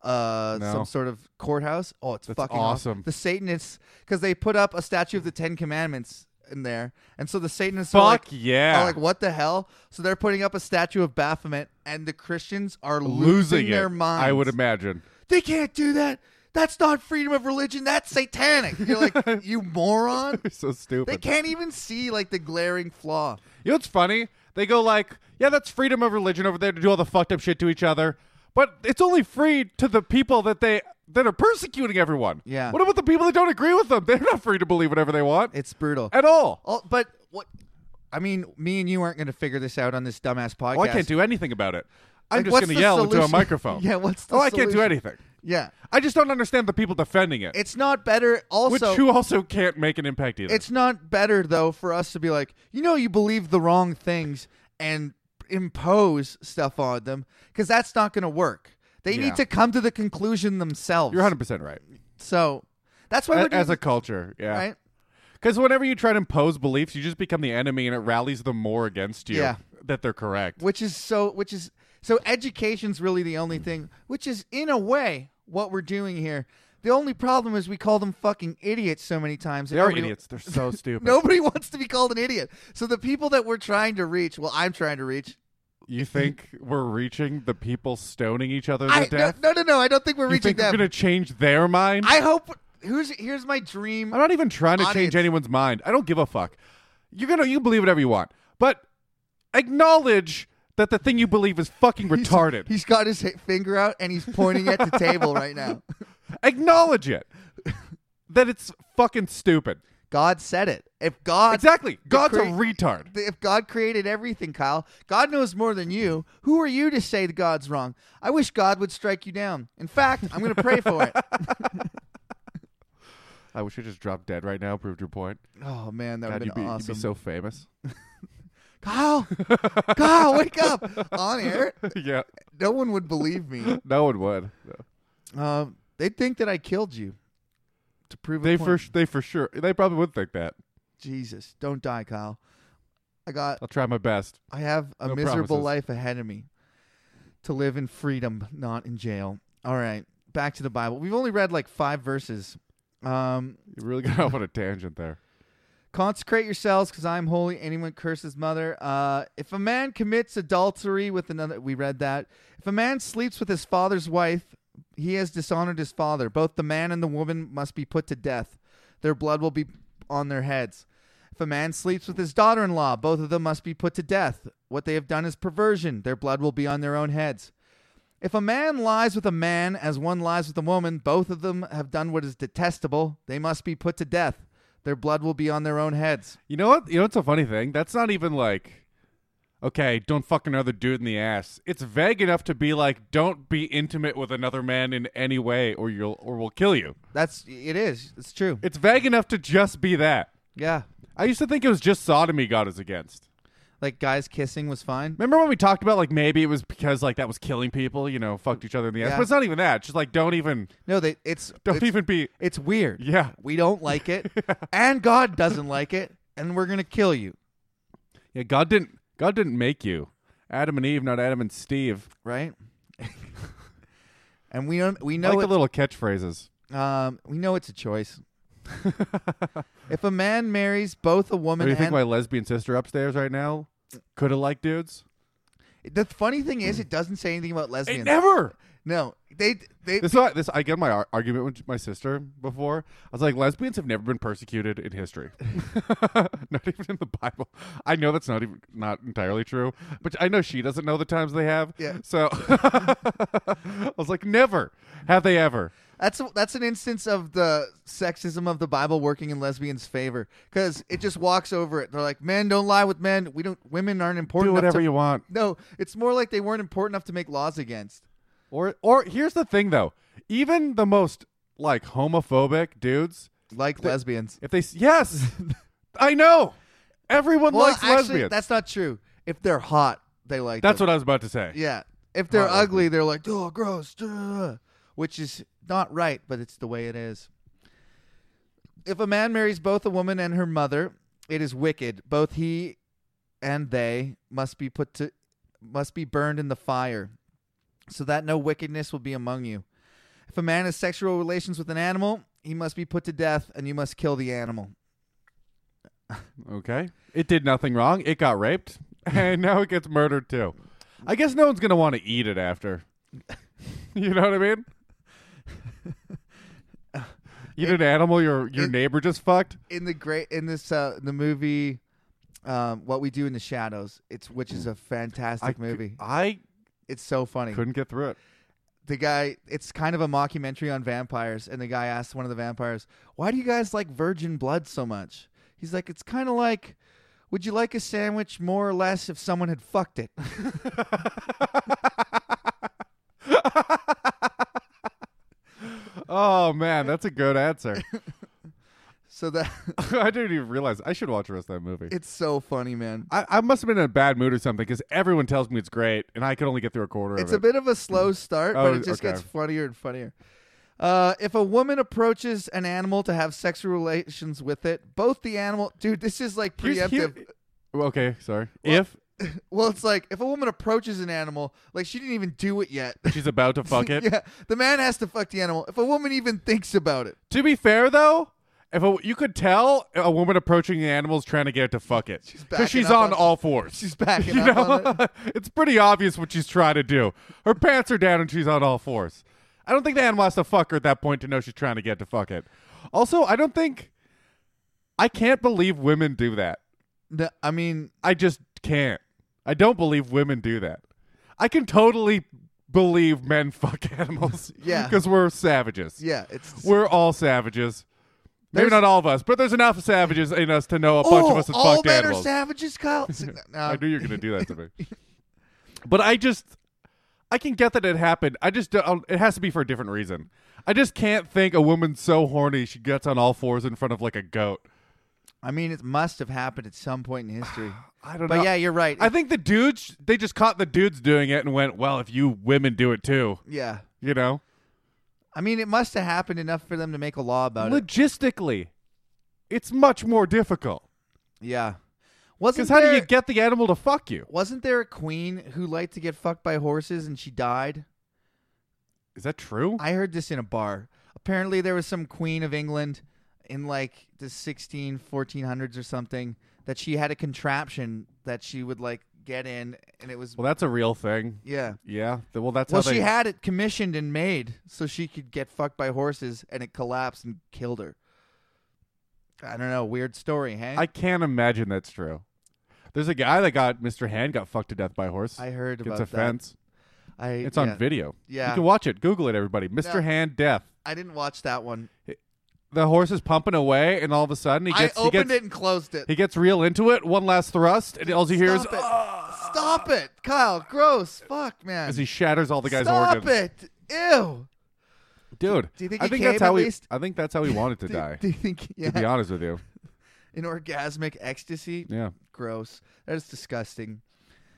uh,
No.
some sort of courthouse. Oh, it's
That's
fucking
awesome.
The Satanists, because they put up a statue of the Ten Commandments in there, and so the Satanists are like,
Fuck yeah.
are like, what the hell? So they're putting up a statue of Baphomet, and the Christians are
Losing
losing their
it,
minds.
I would imagine.
They can't do that. That's not freedom of religion. That's satanic. You're like, you moron.
They're so stupid.
They can't even see like the glaring flaw.
You know what's funny? They go like, yeah, that's freedom of religion over there to do all the fucked up shit to each other, but it's only free to the people that they that are persecuting everyone.
Yeah.
What about the people that don't agree with them? They're not free to believe whatever they want
It's brutal.
at all.
Oh, but what? I mean, me and you aren't going to figure this out on this dumbass podcast.
Oh, I can't do anything about it. I'm
Like,
just
what's
gonna
the
yell into a
solution?
microphone.
Yeah, what's the
Oh, I can't do
solution?
anything.
Yeah.
I just don't understand the people defending it,
It's not better.
which
Also,
who also can't make an impact either.
it's not better though for us to be like, you know, you believe the wrong things and impose stuff on them because that's not going to work. They
Yeah.
need to come to the conclusion themselves.
You're 100 percent right.
so that's why we're
A-
doing
As a culture, yeah.
right.
Because whenever you try to impose beliefs, you just become the enemy, and it rallies them more against you.
Yeah.
That they're correct.
Which is so. Which is so. Education's really the only thing. Which is in a way what we're doing here. The only problem is we call them fucking idiots so many times.
They are idiots. They're so stupid.
Nobody wants to be called an idiot. So the people that we're trying to reach, well, I'm trying to reach.
You think we're reaching the people stoning each other to
I, no,
death?
no, no, no. I don't think we're
you
reaching
think we're
them.
going to change their mind?
I hope. Here's here's my dream.
am not even trying to change
Audience.
anyone's mind. I don't give a fuck. You're gonna you can believe whatever you want, but acknowledge that the thing you believe is fucking retarded.
He's got his hi- finger out and he's pointing at the table right now.
acknowledge it that it's fucking stupid.
God said it. If God
Exactly. God's a
crea-
retard.
if God created everything, Kyle, God knows more than you. Who are you to say that God's wrong? I wish God would strike you down. In fact, I'm going to pray for it.
I wish you just dropped dead right now. Proved your point.
Oh man, that would
God,
have
you'd
been
be,
awesome.
you'd be so famous.
Kyle, Kyle, wake up on air.
yeah.
No one would believe me.
No one would.
Um, they think that I killed you to prove. a
They
point.
for they for sure they probably would think that.
Jesus, don't die, Kyle. I got.
I'll try my best.
I have a
No
miserable
promises.
life ahead of me to live in freedom, not in jail. All right, back to the Bible. We've only read like five verses. Um,
You really got off on a tangent there.
Consecrate yourselves, because I'm holy. Anyone curses mother. Uh, if a man commits adultery with another, we read that. If a man sleeps with his father's wife, he has dishonored his father. Both the man and the woman must be put to death. Their blood will be on their heads. If a man sleeps with his daughter-in-law, both of them must be put to death. What they have done is perversion. Their blood will be on their own heads. If a man lies with a man as one lies with a woman, both of them have done what is detestable. They must be put to death. Their blood will be on their own heads.
You know what? You know what's a funny thing? That's not even like, okay, don't fuck another dude in the ass. It's vague enough to be like, don't be intimate with another man in any way, or you'll or we'll kill you.
That's it is. It's true.
It's vague enough to just be that.
Yeah.
I used to think it was just sodomy God is against.
Like guys kissing was fine.
Remember when we talked about like maybe it was because like that was killing people, you know, fucked each other in the ass.
Yeah.
But it's not even that. It's just like don't even
No, they it's
don't
it's,
even be
it's weird.
yeah.
We don't like it. and God doesn't like it. And we're gonna kill you.
Yeah, God didn't God didn't make you. Adam and Eve, not Adam and Steve.
Right? and we don't we
I
know
like
it,
the little catchphrases.
um we know it's a choice. if a man marries both a
Do
woman
you think
and
my lesbian sister upstairs right now could have liked dudes?
the funny thing is it doesn't say anything about
It
lesbians.
Mm. never.
no. They they
This, is why- this I get my ar- argument with my sister before. I was like, lesbians have never been persecuted in history, not even in the Bible. I know that's not even not entirely true, but I know she doesn't know the times they have.
Yeah.
So I was like, never have they ever.
That's that's an instance of the sexism of the Bible working in lesbians' favor because it just walks over it. They're like, men don't lie with men. We don't. Women aren't important.
Do
enough
whatever
to-"
you want.
No, it's more like they weren't important enough to make laws against.
Or or here's the thing though, even the most like homophobic dudes,
Like lesbians.
if they s- yes, I know everyone
Well,
likes
actually,
lesbians.
that's not true. If they're hot, they like.
That's
them.
what I was about to say.
Yeah. If they're
Hot
ugly, they're like, oh, gross, duh," which is not right, but it's the way it is. If a man marries both a woman and her mother, it is wicked. Both he and they must be put to must be burned in the fire, so that no wickedness will be among you. If a man has sexual relations with an animal, he must be put to death, and you must kill the animal.
Okay. It did nothing wrong. It got raped, and now it gets murdered too. I guess no one's gonna want to eat it after. you know what I mean? Eat an animal your your
it-
neighbor just fucked.
in the great in this uh the movie um what we do in the shadows it's which is a fantastic
I cou-
movie
I
it's so funny
couldn't get through it.
the guy it's kind of a mockumentary on vampires and the guy asks one of the vampires why do you guys like virgin blood so much he's like it's kind of like would you like a sandwich more or less if someone had fucked it
Oh man, that's a good answer.
so that
I didn't even realize I should watch the rest of that movie.
it's so funny man
I, I must have been in a bad mood or something because everyone tells me it's great, and I could only get through a quarter
It's
of
a bit of a slow start, but
Oh,
it just
okay.
gets funnier and funnier. Uh, if a woman approaches an animal to have sexual relations with it, both the animal, dude, this is like
Here's-
preemptive.
here- okay, sorry.
Well-
if
well, it's like if a woman approaches an animal, like she didn't even do it yet.
she's about to fuck it,
yeah, the man has to fuck the animal. If a woman even thinks about it,
To be fair, though, if a, you could tell a woman approaching the animals trying to get it to fuck it,
She's backing
because she's
up
on
on-
all fours.
she's backing
you
up
know?
on
it's pretty obvious what she's trying to do. Her pants are down and she's on all fours. I don't think the animal has to fuck her at that point to know she's trying to get to fuck it. Also, I don't think I can't believe women do that.
No, I mean,
I just can't. I don't believe women do that. I can totally believe men fuck animals.
Yeah.
because we're savages.
yeah, it's
We're all savages. Maybe
There's-
not all of us, but there's enough savages in us to know a bunch of
Oh,
us that
all
fucked
men
animals.
are savages, Kyle. No,
I knew you were going to do that to me. but I just, I can get that it happened. I just, don't, it has to be for a different reason. I just can't think a woman's so horny she gets on all fours in front of like a goat.
I mean, it must have happened at some point in history.
I don't know.
But yeah, you're right.
I think the dudes, they just caught the dudes doing it and went, well, if you women do it too,
yeah,
you know?
I mean, it must have happened enough for them to make a law about it.
Logistically, it's much more difficult.
Yeah. Wasn't
Because how do
there-
you get the animal to fuck you?
Wasn't there a queen who liked to get fucked by horses and she died?
Is that true?
I heard this in a bar. Apparently, there was some queen of England in like the 16, 1400s or something that she had a contraption that she would like get in, and it was
well, that's a real thing.
yeah.
Yeah. th- Well, that's
Well,
how they.
she had it commissioned and made so she could get fucked by horses, and it collapsed and killed her. I don't know. Weird story, Hank.
I can't imagine that's true. There's a guy that got Mr. Hand got fucked to death by a horse.
I heard
It's
about
a
that.
fence.
I,
It's
yeah.
on video.
Yeah.
You can watch it. Google it, everybody. Mr.
No.
Hand death.
I didn't watch that one.
The horse is pumping away, and all of a sudden he gets
I
he
opened
gets
it and closed it.
he gets real into it. One last thrust, and all you hear is
Stop it. Stop it, Kyle. Gross. Fuck, man.
as he shatters all the guy's
Stop
organs.
it. Ew.
Dude,
Do you think
I
he
think
came
that's how
at
he.
least?
I think that's how he wanted to die.
Do you think yeah,
To be honest with you,
an orgasmic ecstasy?
yeah.
Gross. That is disgusting.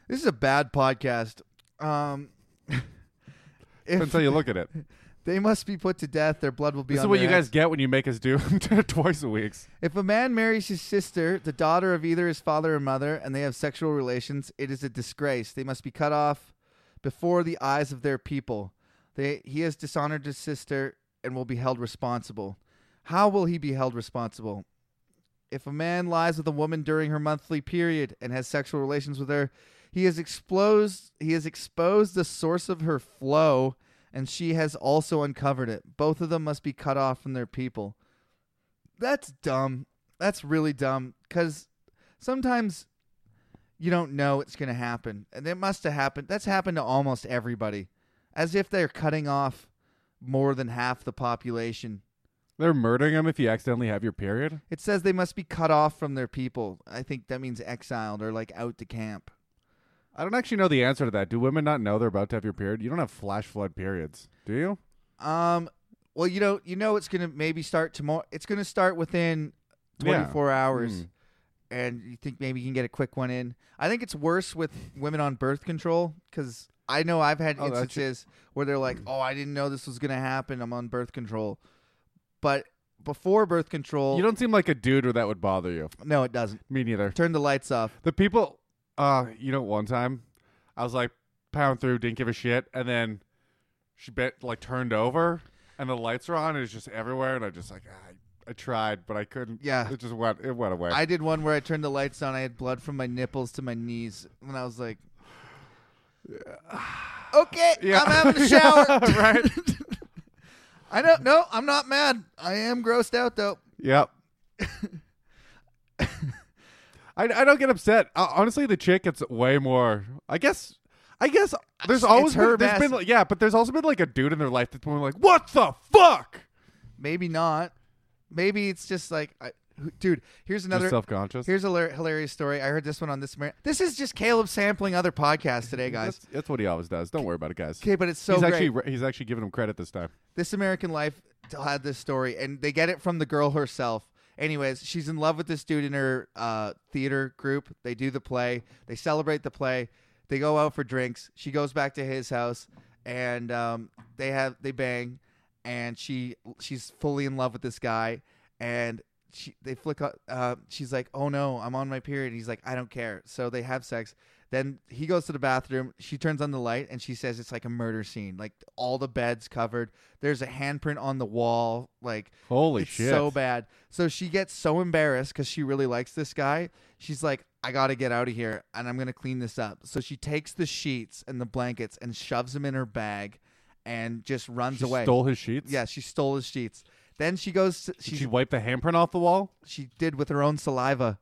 This is a bad podcast. Um
Depends
if
how you look at it.
they must be put to death, their blood will be
This is
on
what
their
you guys
hands.
get when you make us do twice a week.
If a man marries his sister, the daughter of either his father or mother, and they have sexual relations, it is a disgrace. They must be cut off before the eyes of their people. They, he has dishonored his sister and will be held responsible. How will he be held responsible? If a man lies with a woman during her monthly period and has sexual relations with her, he has exposed he has exposed the source of her flow and she has also uncovered it. Both of them must be cut off from their people. That's dumb. That's really dumb cuz sometimes you don't know it's going to happen. And it must have happened. That's happened to almost everybody. As if they're cutting off more than half the population.
They're murdering him if you accidentally have your period.
It says they must be cut off from their people. I think that means exiled or like out to camp.
I don't actually know the answer to that. Do women not know they're about to have your period? You don't have flash flood periods, do you?
Um, well, you know, you know, it's gonna maybe start tomorrow. It's gonna start within
Yeah.
24 hours,
Mm.
and you think maybe you can get a quick one in. I think it's worse with women on birth control because I know I've had
Oh, that's-
instances where they're like, "Oh, I didn't know this was gonna happen. I'm on birth control," but before birth control,
You don't seem like a dude where that would bother you.
no, it doesn't.
Me neither.
Turn the lights off.
The people, uh, you know, one time I was like pound through, didn't give a shit, and then she bit like turned over, and the lights were on, and it's just everywhere, and I just like I, I tried, but I couldn't.
Yeah.
it just went it went away.
I did one where I turned the lights on. I had blood from my nipples to my knees, and I was like, "Okay,
Yeah.
I'm having a shower."
right?
I don't. No, I'm not mad. I am grossed out though.
Yep. I, I don't get upset. Uh, honestly, the chick gets way more. I guess. I guess there's always
her
been, there's been
mess.
like, yeah, but there's also been like a dude in their life that's been like, what the fuck?
Maybe not. Maybe it's just like, I, who- dude. Here's another.
Just self conscious.
Here's a lar- hilarious story. I heard this one on this. Amer- this is just Caleb sampling other podcasts today, guys.
That's, that's what he always does. Don't worry about it, guys.
Okay, but it's so
he's
great.
actually re- he's actually giving him credit this time.
This American Life had this story, and they get it from the girl herself. Anyways, she's in love with this dude in her uh, theater group. They do the play, they celebrate the play, they go out for drinks. She goes back to his house, and um, they have they bang, and she she's fully in love with this guy, and she they flick up. Uh, she's like, "Oh no, I'm on my period." He's like, "I don't care." So they have sex. Then he goes to the bathroom. She turns on the light, and she says it's like a murder scene. Like all the beds covered. There's a handprint on the wall. Like
Holy
it's
shit!
so bad. So she gets so embarrassed because she really likes this guy. She's like, I gotta get out of here and I'm gonna clean this up. So she takes the sheets and the blankets and shoves them in her bag and just runs
She
away.
stole his sheets.
yeah, she stole his sheets. Then she goes to,
Did
she's
she wipe the handprint off the wall.
she did with her own saliva.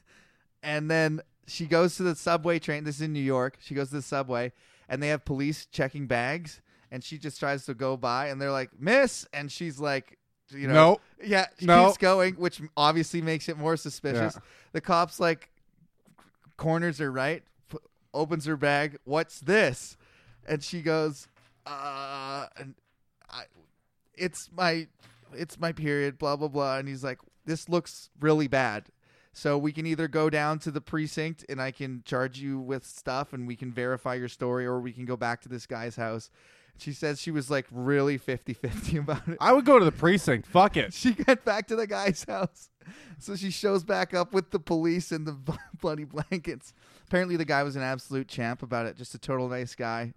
and then she goes to the subway train. This is in New York. She goes to the subway and they have police checking bags and she just tries to go by and they're like, "Miss." And she's like, you know,
No.
yeah, she
No.
keeps going, which obviously makes it more suspicious.
Yeah.
The cops like corners her right, p- opens her bag. What's this? And she goes, uh, and I, it's my, it's my period. Blah blah blah. And he's like, this looks really bad. So we can either go down to the precinct and I can charge you with stuff and we can verify your story, or we can go back to this guy's house. She said she was like really 50-50 about it.
I would go to the precinct. Fuck it.
She got back to the guy's house. So she shows back up with the police and the b- bloody blankets. Apparently the guy was an absolute champ about it, just a total nice guy.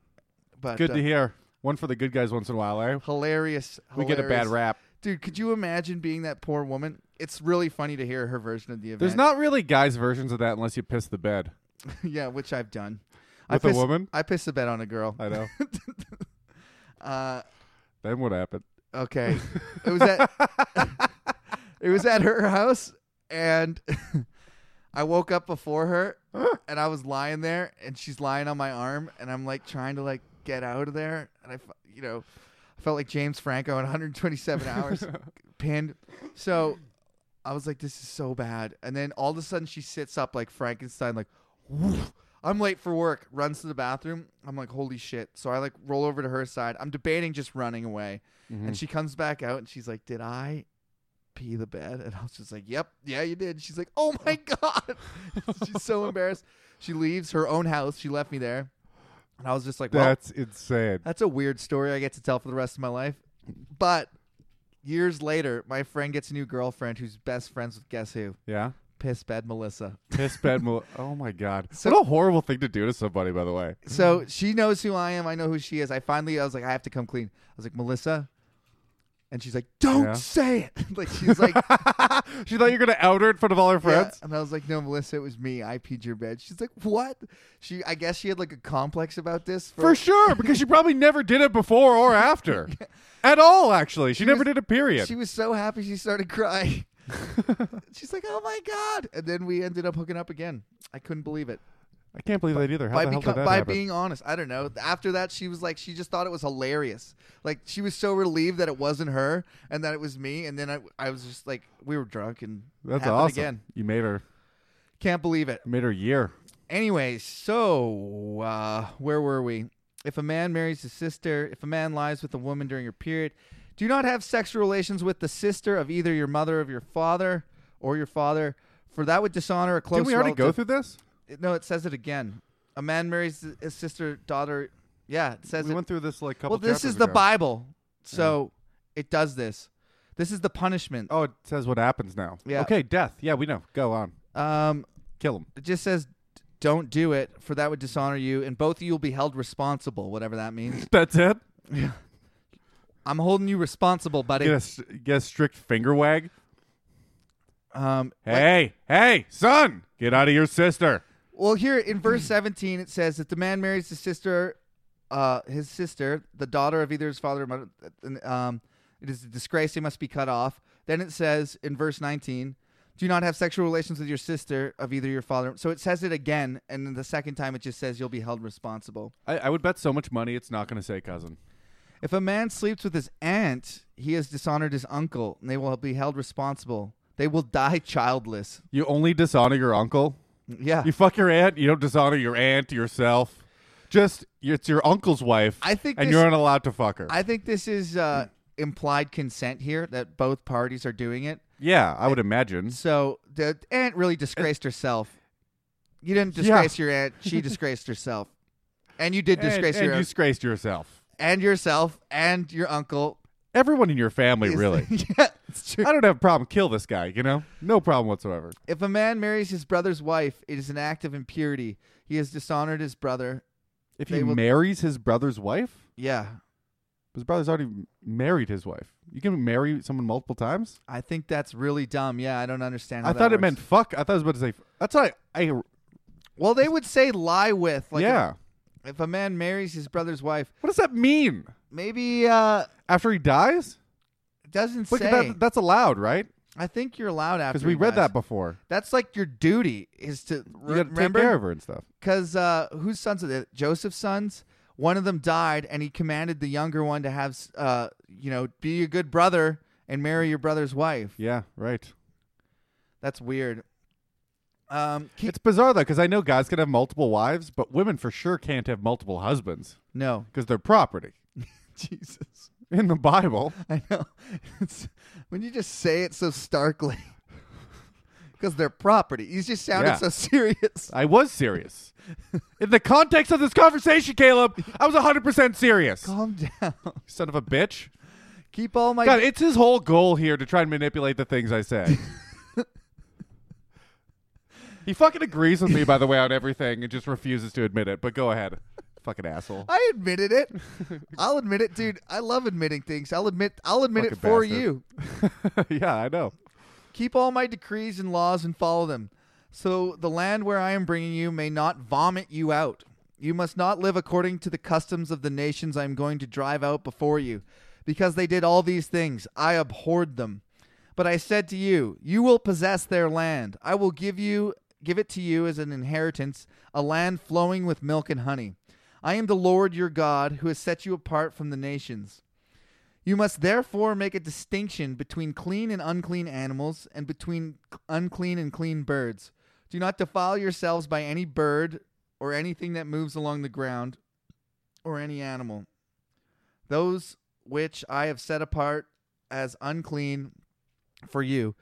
But
Good
uh,
to hear. One for the good guys once in a while, eh?
hilarious,
We get a bad
hilarious.
rap.
Dude, could you imagine being that poor woman? It's really funny to hear her version of the event.
There's not really guys' versions of that unless you piss the bed.
yeah, which I've done.
With
I
a
piss,
woman?
I piss a bet on a girl.
I know.
Uh,
then what happened?
okay, it was at it was at her house, and I woke up before her, and I was lying there, and she's lying on my arm, and I'm like trying to like get out of there, and I, f- you know, I felt like James Franco in 127 hours, pinned. So I was like, this is so bad, and then all of a sudden she sits up like Frankenstein, like. "Woof." I'm late for work. Runs to the bathroom. I'm like, holy shit. So I like roll over to her side. I'm debating just running away. And she comes back out and she's like, Did I pee the bed? And I was just like, Yep, yeah, you did. She's like, Oh my God. she's so embarrassed. She leaves her own house. She left me there. And I was just like, Well, uh, that's,
That's insane.
a weird story I get to tell for the rest of my life. But years later, my friend gets a new girlfriend who's best friends with guess who?
Yeah?
Piss bed Melissa.
Piss bed. Mo- oh my God.
So-
what a horrible thing to do to somebody, by the way.
So she knows who I am. I know who she is. I finally, I was like, I have to come clean. I was like, Melissa. And she's like, don't
Yeah.
say it. like, she's like,
She thought you were going to out her in front of all her
Yeah,
friends?
And I was like, no, Melissa, it was me. I peed your bed. She's like, what? She, I guess she had like a complex about this.
For sure, because she probably never did it before or after. At all, actually. She, never
was-
did a period.
She was so happy she started crying. She's like, oh my God. And then we ended up hooking up again. I couldn't believe it.
I can't believe that either. How
by
the hell
beco-
did that
by
happen?
being honest, I don't know. After that, she was like, she just thought it was hilarious. Like, she was so relieved that it wasn't her and that it was me. And then I, I was just like, we were drunk and
That's
happened
awesome.
again.
You made her
Can't believe it.
made her year.
Anyway, so uh, where were we? If a man marries his sister, if a man lies with a woman during her period, do not have sexual relations with the sister of either your mother of your father or your father, for that would dishonor a close.
Did we already go
relative.
through this?
No, it says it again. A man marries his sister, daughter. Yeah, it says
We
it.
went through this like a couple
well, this
chapters
is the
ago.
Bible, so it does this. This is the punishment.
Oh, it says what happens now.
Yeah.
Okay, death. Yeah, we know. Go on.
Um,
Kill him.
it just says, "Don't do it, for that would dishonor you, and both of you will be held responsible, whatever that means."
That's it.
I'm holding you responsible, buddy.
Get a, s- get a strict finger wag.
Um, like-
Hey, hey, son, get out of your sister.
well, here in verse 17, it says that the man marries his sister, uh, his sister, the daughter of either his father or mother. and, Um, it is a disgrace; they must be cut off. Then it says in verse 19, "Do not have sexual relations with your sister of either your father." So it says it again, and then the second time it just says you'll be held responsible.
I, I would bet so much money it's not going to say cousin.
If a man sleeps with his aunt, he has dishonored his uncle, and they will be held responsible. They will die childless.
You only dishonor your uncle.
Yeah,
You fuck your aunt. You don't dishonor your aunt yourself. Just it's your uncle's wife.
I think
and
this-
you're not allowed to fuck her.
I think this is uh, implied consent here that both parties are doing it.
yeah, I would imagine.
So the aunt really disgraced herself. You didn't disgrace your aunt; she disgraced herself, and you did disgrace
and,
your
and you
aunt
disgraced yourself.
and yourself and your uncle.
Everyone in your family,
is-
really.
yeah, it's true.
I don't have a problem. Kill this guy. You know, no problem whatsoever.
If a man marries his brother's wife, it is an act of impurity. He has dishonored his brother.
If
They
he
will-
marries his brother's wife,
Yeah,
his brother's already m- married his wife. You can marry someone multiple times.
I think that's really dumb. Yeah, I don't understand. How
I
that
thought it
works.
meant fuck. I thought I was about to say. f- That's why I. I
Well, they would say lie with. Like
yeah.
If a man marries his brother's wife,
what does that mean?
maybe uh,
After he dies,
it doesn't
look
say.
at that. That's allowed, right?
I think you're allowed after.
Because we
you
read
guys.
that before.
That's like your duty is to
You
re-
got to take care of
remember
her and stuff.
because uh, whose sons are they? Joseph's sons. One of them died, and he commanded the younger one to have, s- uh, you know, be a good brother and marry your brother's wife.
Yeah, right.
That's weird. Um, keep,
It's bizarre though, because I know guys can have multiple wives, but women for sure can't have multiple husbands
no,
because they're property
Jesus,
in the Bible.
I know. It's, when you just say it so starkly, because they're property. You just sounded
Yeah.
so serious.
I was serious. In the context of this conversation, Caleb, I was 100% serious.
Calm down.
Son of a bitch.
Keep all my.
God, it's his whole goal here to try and manipulate the things I say. he fucking agrees with me, by the way, on everything and just refuses to admit it. But go ahead. Fucking asshole.
I admitted it. I'll admit it, dude. I love admitting things. I'll admit. I'll admit it
Fucking
for
bastard.
you.
yeah, I know.
Keep all my decrees and laws and follow them, so the land where I am bringing you may not vomit you out. You must not live according to the customs of the nations I am going to drive out before you, because they did all these things. I abhorred them. But I said to you, You will possess their land. I will give you give it to you as an inheritance, a land flowing with milk and honey. I am the Lord your God, who has set you apart from the nations. You must therefore make a distinction between clean and unclean animals and between c- unclean and clean birds. Do not defile yourselves by any bird or anything that moves along the ground or any animal. Those which I have set apart as unclean for you,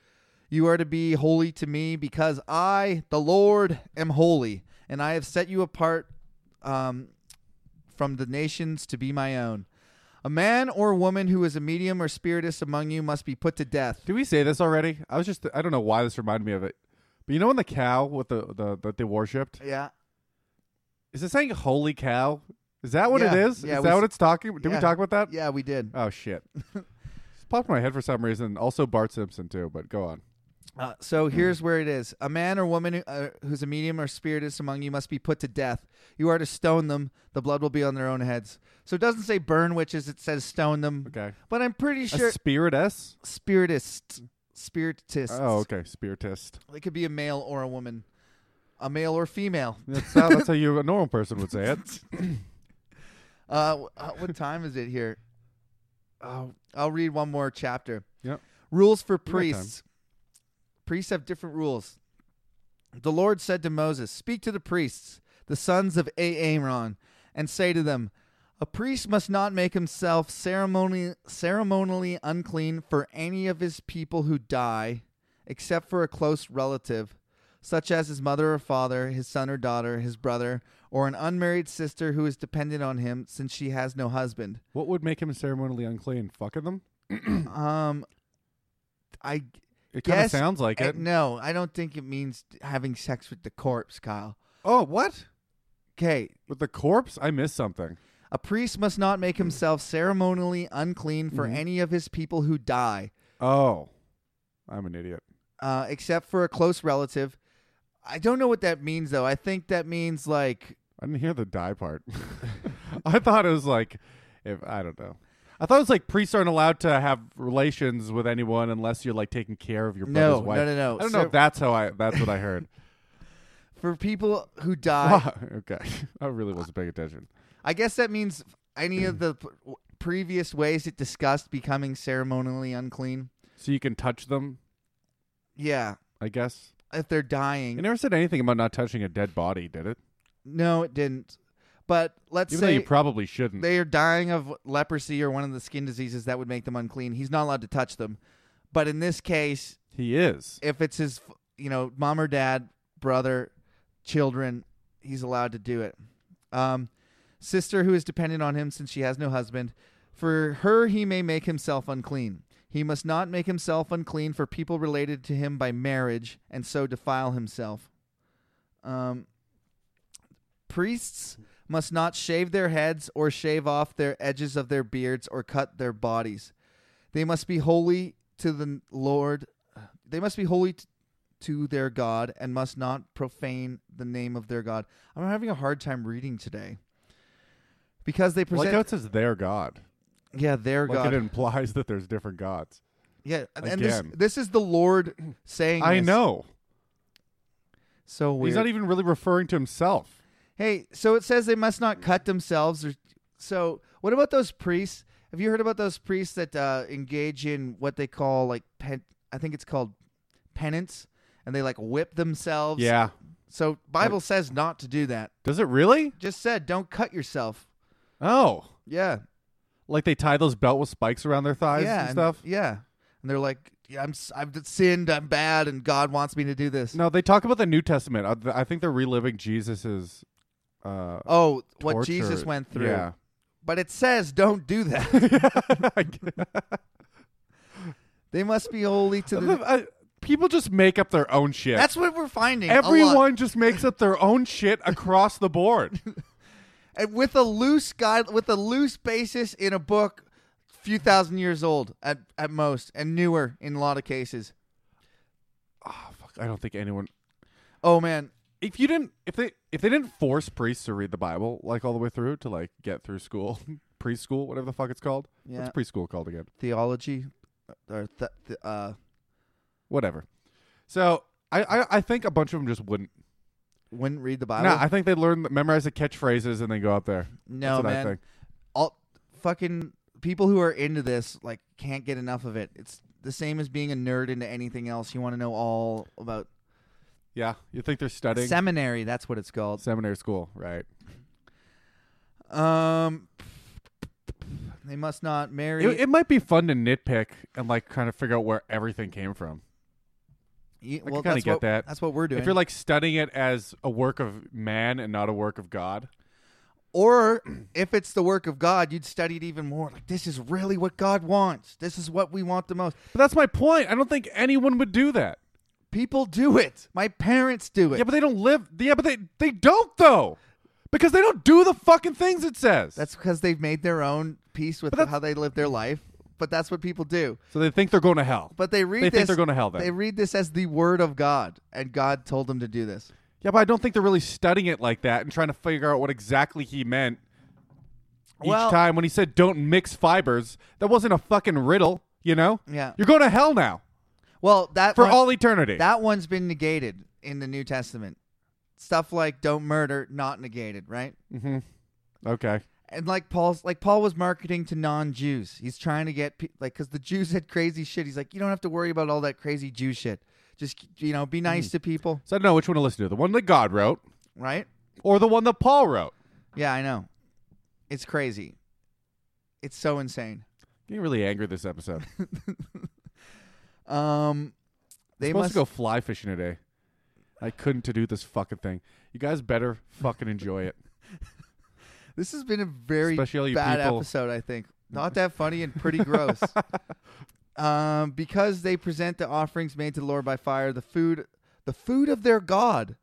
you are to be holy to me because I, the Lord, am holy, and I have set you apart um, from the nations to be my own. A man or woman who is a medium or spiritist among you must be put to death.
Did we say this already? I was just, I don't know why this reminded me of it. But you know when the cow with the, the that they worshipped?
Yeah.
Is it saying holy cow? Is that what
Yeah,
it is?
yeah,
is
we
that
s-
what it's talking? Did
yeah.
we talk about that?
Yeah, we did.
Oh shit. It's popped in my head for some reason. Also Bart Simpson too, but go on.
Uh, so
Hmm.
here's where it is. A man or woman who, uh, who's a medium or spiritist among you must be put to death. You are to stone them. The blood will be on their own heads. So it doesn't say burn witches, it says stone them.
Okay.
But I'm pretty sure
A spiritess?
spiritists, spiritists.
Oh, okay. Spiritist.
It could be a male or a woman, a male or female.
That's how, that's how you a normal person would say it.
Uh, w- uh, what time is it here? Oh, I'll read one more chapter.
Yep.
Rules for
We got time.
priests. Priests have different rules. The Lord said to Moses, Speak to the priests, the sons of Aaron, and say to them, A priest must not make himself ceremonially, ceremonially unclean for any of his people who die, except for a close relative, such as his mother or father, his son or daughter, his brother, or an unmarried sister who is dependent on him since she has no husband.
What would make him ceremonially unclean? Fucking them?
Um, I
It kind of
Yes,
sounds like
Uh,
it.
no, I don't think it means having sex with the corpse, Kyle.
Oh, what?
Okay,
With the corpse? I missed something.
a priest must not make himself ceremonially unclean for
Mhm.
any of his people who die,
Oh. I'm an idiot.
uh, except for a close relative. I don't know what that means, though. I think that means like
I didn't hear the die part. I thought it was like if I don't know. I thought it was like priests aren't allowed to have relations with anyone unless you're like taking care of your
No,
brother's wife.
no, no, no.
I don't know
Cer-
if that's how I that's what I heard.
for people who die.
Fuck. okay. I really wasn't paying attention.
I guess that means any
Mm.
of the p- w- previous ways it discussed becoming ceremonially unclean.
So you can touch them,
Yeah,
I guess.
if they're
It
dying.
never said anything about not touching a dead body, did it?
No, it didn't. But let's
Even though
say
you probably shouldn't.
they are dying of leprosy or one of the skin diseases that would make them unclean. He's not allowed to touch them. But in this case,
he is.
if it's his, you know, mom or dad, brother, children, he's allowed to do it. Um, sister who is dependent on him since she has no husband, for her he may make himself unclean. He must not make himself unclean for people related to him by marriage and so defile himself. Um, priests must not shave their heads or shave off their edges of their beards or cut their bodies. They must be holy to the Lord. They must be holy t- to their God and must not profane the name of their God. I'm having a hard time reading today because they present
Like how it says their God.
yeah their
Like
God
it implies that there's different gods.
yeah and- and this
Again.
this is the Lord saying
I
this.
know.
so weird
He's not even really referring to himself.
hey so it says they must not cut themselves or so what about those priests have you heard about those priests that uh, engage in what they call like pen I think it's called penance and they like whip themselves
Yeah.
so Bible says not to do that
Does it really?
just said don't cut yourself
Oh.
yeah
Like they tie those belt with spikes around their thighs
yeah
and stuff?
yeah and they're like, yeah, I'm s- I've sinned, I'm bad, and God wants me to do this.
No, they talk about the New Testament. I, th- I think they're reliving Jesus's. Uh,
Oh, what
torture.
Jesus went through.
Yeah.
But it says, don't do that.
I get-
they must be holy to the.
I- people just make up their own shit.
That's what we're finding. a lot.
Everyone just makes up their own shit across the board.
and with a loose guide, with a loose basis in a book, few thousand years old at at most, and newer in a lot of cases.
Ah, fuck, I don't think anyone.
Oh man,
If you didn't, if they, if they didn't force priests to read the Bible like all the way through to like get through school, preschool, whatever the fuck it's called.
yeah,
What's preschool called again?
theology, or th- th- uh,
Whatever. So I, I, I think a bunch of them just wouldn't.
wouldn't read the Bible.
No, I think they learn, memorize the catchphrases, and then go up there.
No,
That's what
man.
I think.
all fucking people who are into this like can't get enough of it. It's the same as being a nerd into anything else. You want to know all about
Yeah, you think they're studying
seminary. That's what it's called.
seminary school, right?
Um, they must not marry.
It, it might be fun to nitpick and like kind of figure out where everything came from.
You-
I
well,
kinda
that's
get
what-
that.
That's what we're doing.
If you're like studying it as a work of man and not a work of God,
or if it's the work of God, you'd study it even more. Like this is really what God wants. This is what we want the most.
but that's my point. I don't think anyone would do that.
People do it. My parents do it.
Yeah, but they don't live. Yeah, but they they don't though, because they don't do the fucking things it says.
that's because they've made their own peace with
But that's-
how they live their life. But that's what people do.
so they think they're going to hell.
But they read
They
this.
think they're going to hell then.
They read this as the word of God, and God told them to do this.
yeah, but I don't think they're really studying it like that and trying to figure out what exactly he meant each
Well-
time when he said don't mix fibers. That wasn't a fucking riddle, you know?
Yeah.
You're going to hell now
Well, that
for
one-
all eternity.
that one's been negated in the New Testament. Stuff like "don't murder" not negated, right?
okay.
And like Paul's, like Paul was marketing to non-Jews. He's trying to get pe- like because the Jews had crazy shit. He's like, you don't have to worry about all that crazy Jew shit. Just you know,
Mm-hmm.
be nice to people,
So I don't know which one to listen to the one that God wrote
right?
or the one that Paul wrote.
Yeah, I know. It's crazy. It's so insane.
Getting really angry this episode.
Um, they
I'm supposed
must
to go fly fishing today. I couldn't to do this fucking thing. You guys better fucking enjoy it.
This has been a very
Especially all you
bad
people-
episode, I think. Not that funny and pretty gross. um, because they present the offerings made to the Lord by fire, the food, the food of their God.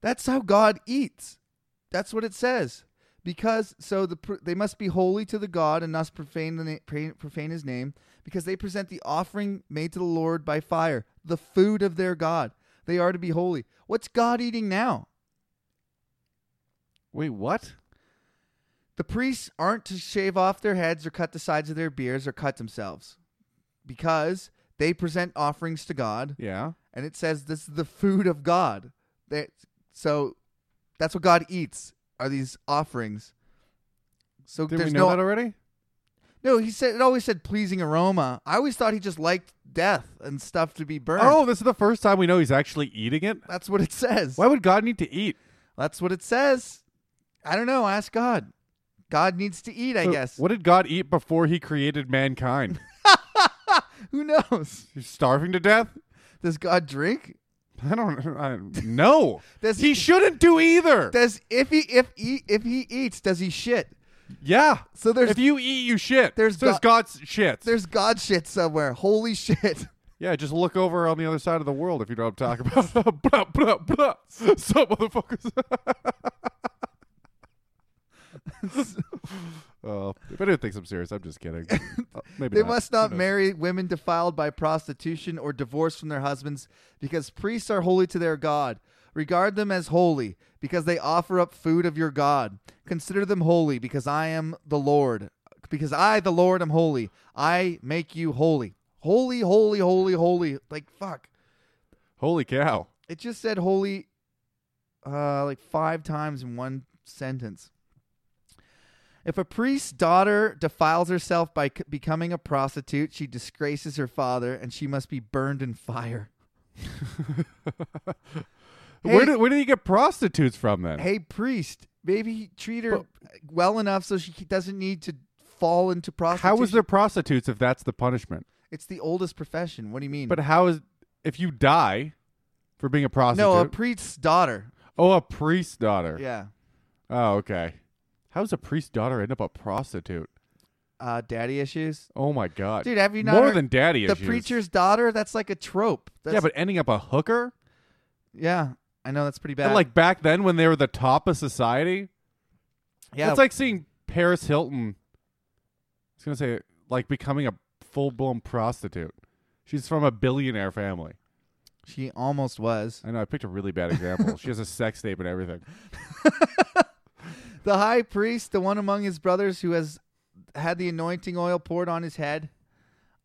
That's how God eats. That's what it says. Because so the pr- they must be holy to the God and not profane the na- pra- profane His name, because they present the offering made to the Lord by fire, the food of their God. They are to be holy. What's God eating now?
Wait, what?
The priests aren't to shave off their heads or cut the sides of their beards or cut themselves because they present offerings to God,
Yeah.
and it says this is the food of God. That so that's what God eats are these offerings. So
Did
there's
we know
no
that already?
no. He said it always said pleasing aroma. I always thought he just liked death and stuff to be burned.
Oh, this is the first time we know he's actually eating it.
that's what it says.
Why would God need to eat?
That's what it says. I don't know. Ask God. God needs to eat, I
So
guess.
What did God eat before he created mankind?
Who knows?
he's starving to death?
Does God drink?
I don't I, no.
Does-
he shouldn't do either.
Does if he if he if he eats, does he shit?
yeah.
So there's-
if you eat, you shit.
there's
so it's God's shit.
There's God shit somewhere. Holy shit.
Yeah, just look over on the other side of the world if you know what I'm talking about. blah, blah, blah. Sup, motherfuckers? oh, if anyone thinks I'm serious, I'm just kidding. Uh, maybe
They
not.
must
Who
not
knows?
marry women defiled by prostitution or divorced from their husbands, because priests are holy to their God. Regard them as holy, because they offer up food of your God. Consider them holy, because I am the Lord. Because I, the Lord, am holy. I make you holy. Holy, holy, holy, holy. Like fuck.
Holy cow!
It just said holy uh like 5 times in one sentence. If a priest's daughter defiles herself by c- becoming a prostitute, she disgraces her father and she must be burned in fire.
Where
Hey-
did where did you get prostitutes from then?
Hey priest, maybe treat her well enough so she doesn't need to fall into prostitution.
How was there prostitutes if that's the punishment?
It's the oldest profession. What do you mean?
But how is if you die for being a prostitute?
no, a priest's daughter.
oh, a priest's daughter.
Yeah.
Oh, okay. How does a priest's daughter end up a prostitute?
Uh, daddy issues.
Oh my god,
Dude, have you not
more
heard-
than daddy
The
issues?
preacher's daughter. That's like a trope. That's,
yeah, but ending up a hooker.
yeah, I know that's pretty bad.
And like back then when they were the top of society,
yeah,
it's like seeing Paris Hilton. I was gonna say like becoming a full blown prostitute. She's from a billionaire family.
she almost was.
I know I picked a really bad example. she has a sex tape and everything.
The high priest, the one among his brothers who has had the anointing oil poured on his head,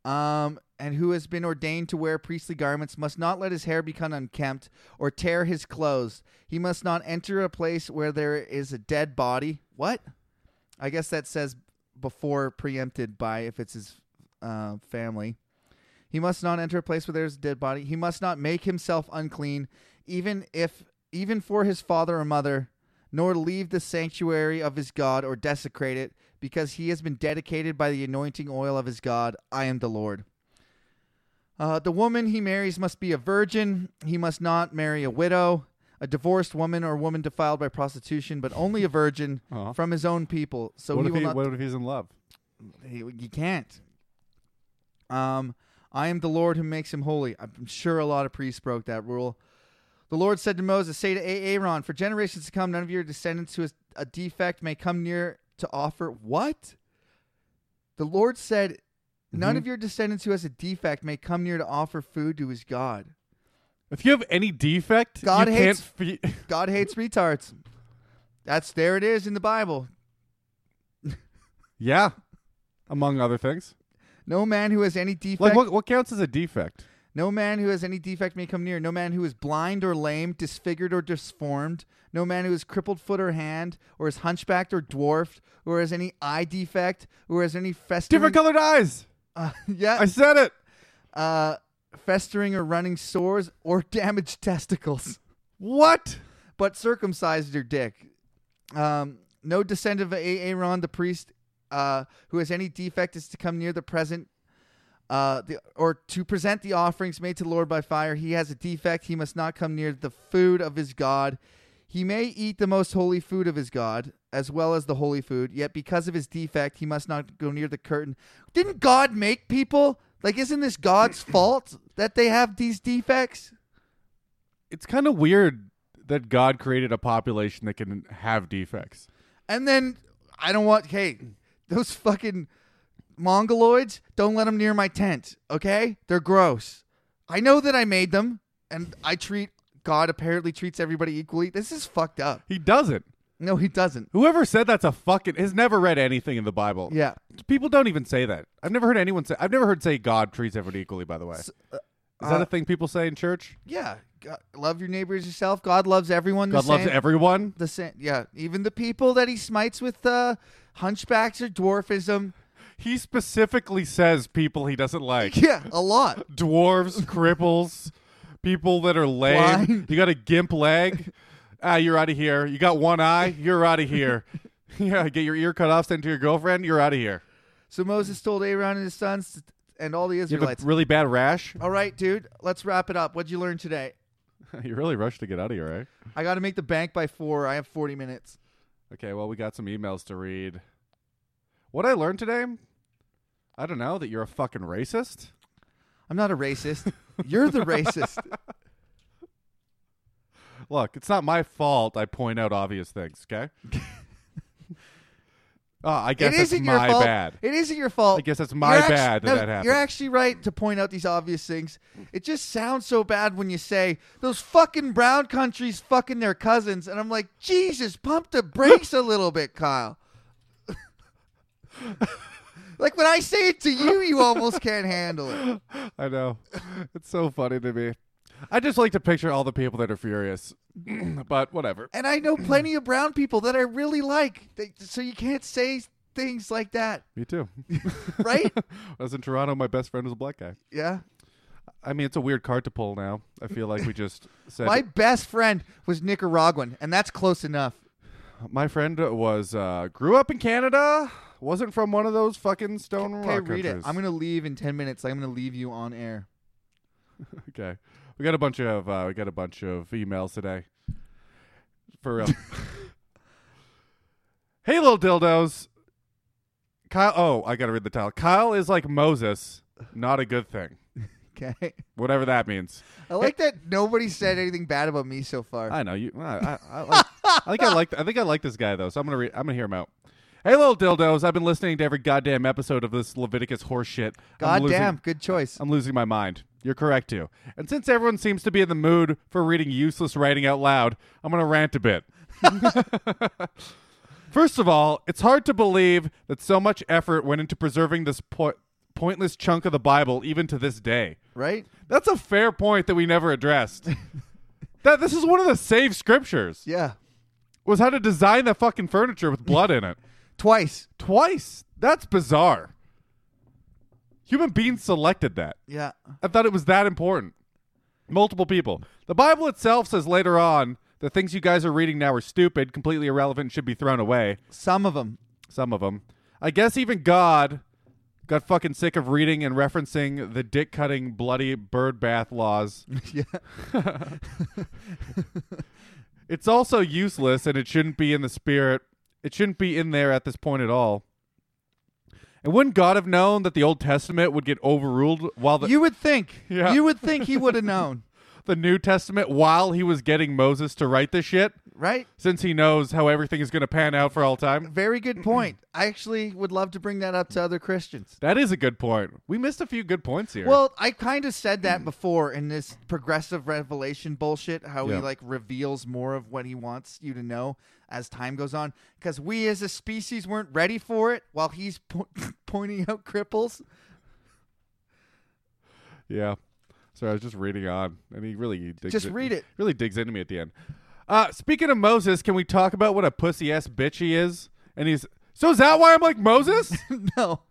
um, and who has been ordained to wear priestly garments, must not let his hair become unkempt or tear his clothes. He must not enter a place where there is a dead body. What? I guess that says before preempted by if it's his uh, family. He must not enter a place where there is a dead body. He must not make himself unclean, even if even for his father or mother, nor leave the sanctuary of his God or desecrate it, because he has been dedicated by the anointing oil of his God. I am the Lord. Uh, the woman he marries must be a virgin. He must not marry a widow, a divorced woman, or a woman defiled by prostitution, but only a virgin
Aw.
from his own people. So
what
he
if
will
he,
not
what if he's in love?
he, you can't. Um, I am the Lord who makes him holy. I'm sure a lot of priests broke that rule. The Lord said to Moses, "Say to Aaron, for generations to come, none of your descendants who has a defect may come near to offer what." The Lord said, "None
Mhm.
of your descendants who has a defect may come near to offer food to his God."
If you have any defect,
God
you
hates-
can't. Fe-
God hates retards. That's there it is in the Bible.
yeah, among other things.
No man who has any defect.
Like what? What counts as a defect?
No man who has any defect may come near. No man who is blind or lame, disfigured or disformed. No man who is crippled foot or hand, or is hunchbacked or dwarfed, or has any eye defect, or has any festering.
Different colored eyes.
Uh,
I
yeah.
said it.
Uh, festering or running sores or damaged testicles,
What?
but circumcised your dick. Um, no descendant of Aaron the priest uh, who has any defect is to come near the present uh, the, or to present the offerings made to the Lord by fire. He has a defect. He must not come near the food of his God. He may eat the most holy food of his God, as well as the holy food, yet because of his defect, he must not go near the curtain. Didn't God make people? Like, isn't this God's fault that they have these defects?
It's kind of weird that God created a population that can have defects.
And then I don't want, hey, those fucking mongoloids, don't let them near my tent, okay? They're gross. I know that I made them, and I treat, God apparently treats everybody equally. This is fucked up.
He doesn't.
No, he doesn't.
Whoever said that's a fucking has never read anything in the Bible.
Yeah.
People don't even say that. I've never heard anyone say. I've never heard say God treats everyone equally. By the way, is that
uh,
a thing people say in church?
Yeah. God, love your neighbor as yourself. God loves everyone the
God loves
same.
everyone.
the same. Yeah. Even the people that he smites with uh, hunchbacks or dwarfism.
He specifically says people he doesn't like.
Yeah, a lot.
dwarves, cripples, people that are lame.
Blind.
You got a gimp leg. Ah, you're out of here. You got one eye. You're out of here. yeah, get your ear cut off, send it to your girlfriend. You're out of here.
So Moses told Aaron and his sons and all the
You have
Israelites.
a really bad rash.
All right, dude, let's wrap it up. What'd you learn today?
you really rushed to get out of here, right?
I got to make the bank by four. I have 40 minutes.
Okay, well, we got some emails to read. What I learned today? I don't know that you're a fucking racist.
I'm not a racist. You're the racist.
Look, it's not my fault. I point out obvious things. Okay. oh, I
It
guess it's
isn't your
my
fault.
bad.
It isn't your fault.
I guess that's my
You're actu-
bad that
no,
that happened.
You're actually right to point out these obvious things. It just sounds so bad when you say those fucking brown countries fucking their cousins, and I'm like, Jesus, pump the brakes a little bit, Kyle. like when I say it to you, you almost can't handle it.
I know. It's so funny to me. I just like to picture all the people that are furious. but whatever.
And I
Mm-hmm.
know plenty of brown people that I really like. They, so you can't say things like that,
Me too.
right?
I was in Toronto, my best friend was a black guy.
yeah.
I mean, it's a weird card to pull now. I feel like we just said
My best friend was Nicaraguan, and that's close enough.
my friend was uh grew up in Canada, wasn't from one of those fucking Stone
Okay,
Rock
read it.
countries.
I'm gonna leave in ten minutes. I'm gonna leave you on air.
Okay, we got a bunch of uh, we got a bunch of emails today. For real. hey, little dildos. Kyle. Oh, I gotta read the title. Kyle is like Moses. Not a good thing.
Okay.
Whatever that means.
I like that nobody said anything bad about me so far.
I know you. I, I, I, like, I think I like. I think I like this guy though. So I'm gonna read. I'm gonna hear him out. Hey, little dildos. I've been listening to every goddamn episode of this Leviticus horseshit. I'm
God
losing-
damn, good choice.
I'm losing my mind. You're correct too. And since everyone seems to be in the mood for reading useless writing out loud, I'm gonna rant a bit. First of all, it's hard to believe that so much effort went into preserving this po- pointless chunk of the Bible, even to this day.
right?
That's a fair point that we never addressed. that this is one of the saved scriptures.
Yeah.
Was how to design the fucking furniture with blood in it.
Twice.
Twice. That's bizarre. Human beings selected that.
Yeah.
I thought it was that important. Multiple people. The Bible itself says later on the things you guys are reading now are stupid, completely irrelevant, and should be thrown away.
Some of them.
Some of them. I guess even God got fucking sick of reading and referencing the dick cutting, bloody bird bath laws.
yeah.
It's also useless and it shouldn't be in the spirit. It shouldn't be in there at this point at all. And wouldn't God have known that the Old Testament would get overruled while the,
you would think.
Yeah.
You would think he would have known,
the New Testament while he was getting Moses to write this shit?
right?
Since he knows how everything is going to pan out for all time.
Very good point. I actually would love to bring that up to other Christians.
That is a good point. We missed a few good points here.
Well, I kind of said
Mm.
that before in this progressive revelation bullshit, how
Yeah.
he like reveals more of what he wants you to know as time goes on. Because we as a species weren't ready for it while he's po- pointing out cripples.
yeah. Sorry, I was just reading on, and he really digs
Just read it.
Really digs into me at the end. Uh, speaking of Moses, can we talk about what a pussy ass bitch he is? And he's so is that why I'm like Moses?
no.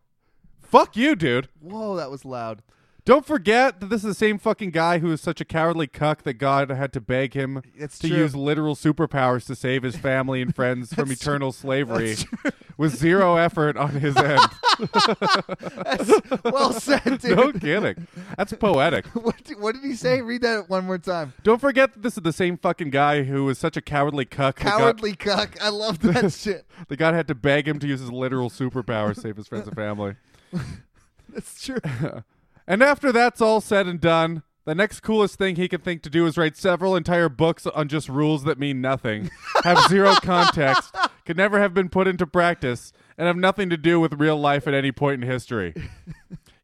Fuck you, dude.
Whoa, that was loud.
Don't forget that this is the same fucking guy who is such a cowardly cuck that God had to beg him
That's
to
true.
use literal superpowers to save his family and friends from eternal slavery
That's
with zero effort on his end.
Well said, dude.
no kidding. That's poetic.
What, did, what did he say? Read that one more time.
Don't forget that this is the same fucking guy who was such a cowardly cuck that God-
Cowardly cuck. I love that shit.
that God had to beg him to use his literal superpowers to save his friends and family.
That's true.
And after that's all said and done, the next coolest thing he could think to do is write several entire books on just rules that mean nothing, have zero context, could never have been put into practice, and have nothing to do with real life at any point in history.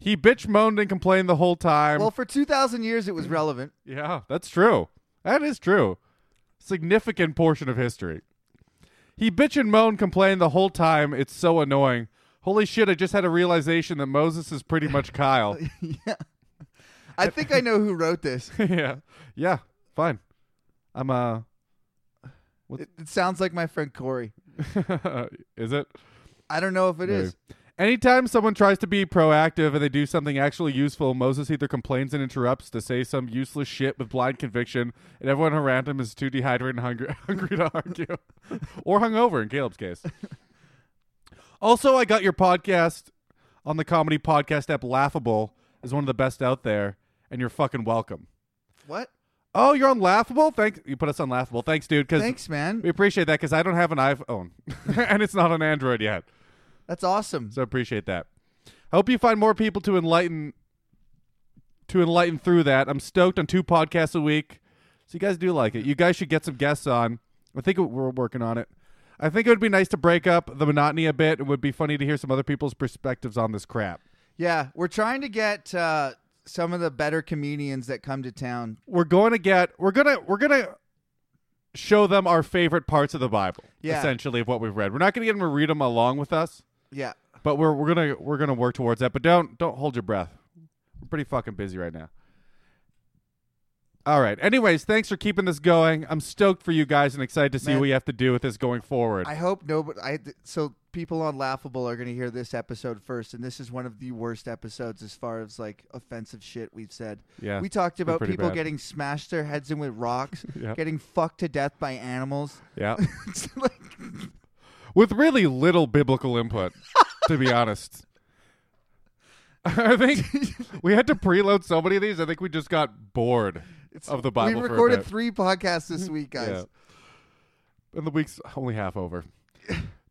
He bitch moaned and complained the whole time.
Well, for 2,000 years, it was relevant.
Yeah, that's true. That is true. Significant portion of history. He bitch and moan complained the whole time. It's so annoying. Holy shit, I just had a realization that Moses is pretty much Kyle.
yeah. I think I know who wrote this.
yeah. Yeah, fine. I'm uh
It, it sounds like my friend Corey.
is it?
I don't know if it
Maybe.
is.
Anytime someone tries to be proactive and they do something actually useful, Moses either complains and interrupts to say some useless shit with blind conviction, and everyone around him is too dehydrated and hungry, hungry to argue, or hungover in Caleb's case. also, I got your podcast on the comedy podcast app. Laughable is one of the best out there, and you're fucking welcome.
What?
Oh, you're on Laughable. Thanks, you put us on Laughable. Thanks, dude. Because
Thanks, man.
we appreciate that. Because I don't have an iPhone, and it's not on Android yet.
That's awesome.
So I appreciate that. I hope you find more people to enlighten to enlighten through that. I'm stoked on two podcasts a week. So you guys do like it. You guys should get some guests on. I think we're working on it. I think it would be nice to break up the monotony a bit. It would be funny to hear some other people's perspectives on this crap.
Yeah, we're trying to get uh, some of the better comedians that come to town.
We're going to get we're going to we're going to show them our favorite parts of the Bible,
Yeah.
essentially of what we've read. We're not going to get them to read them along with us.
Yeah.
But we're we're gonna we're gonna work towards that. But don't don't hold your breath. We're pretty fucking busy right now. All right. Anyways, thanks for keeping this going. I'm stoked for you guys and excited to see
Man.
what you have to do with this going forward.
I hope nobody. I so people on Laughable are going to hear this episode first, and this is one of the worst episodes as far as like offensive shit we've said.
Yeah,
we talked about
pretty
people
bad.
getting smashed their heads in with rocks,
Yeah.
getting fucked to death by animals.
yeah,
It's like,
with really little biblical input. to be honest. I think we had to preload so many of these. I think we just got bored of the Bible.
we
for a
recorded
bit.
three podcasts this week, guys.
And the week's only half over.